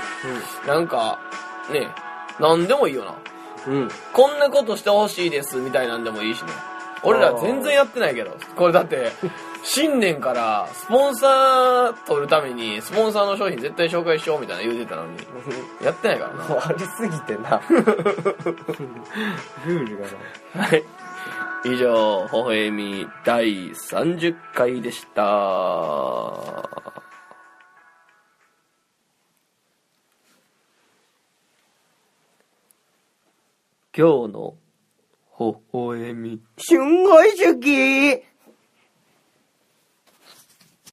[SPEAKER 1] なんか、ね、なんでもいいよな。
[SPEAKER 2] うん。
[SPEAKER 1] こんなことしてほしいですみたいなんでもいいしね。俺ら全然やってないけど。これだ って、新年からスポンサー取るために、スポンサーの商品絶対紹介しようみたいな言うてたのに、やってないからな。
[SPEAKER 2] もうありすぎて な。ルー ルがな。
[SPEAKER 1] はい。以上、ほほえみ第30回でした。今日のほほえみ。
[SPEAKER 2] すんごい好き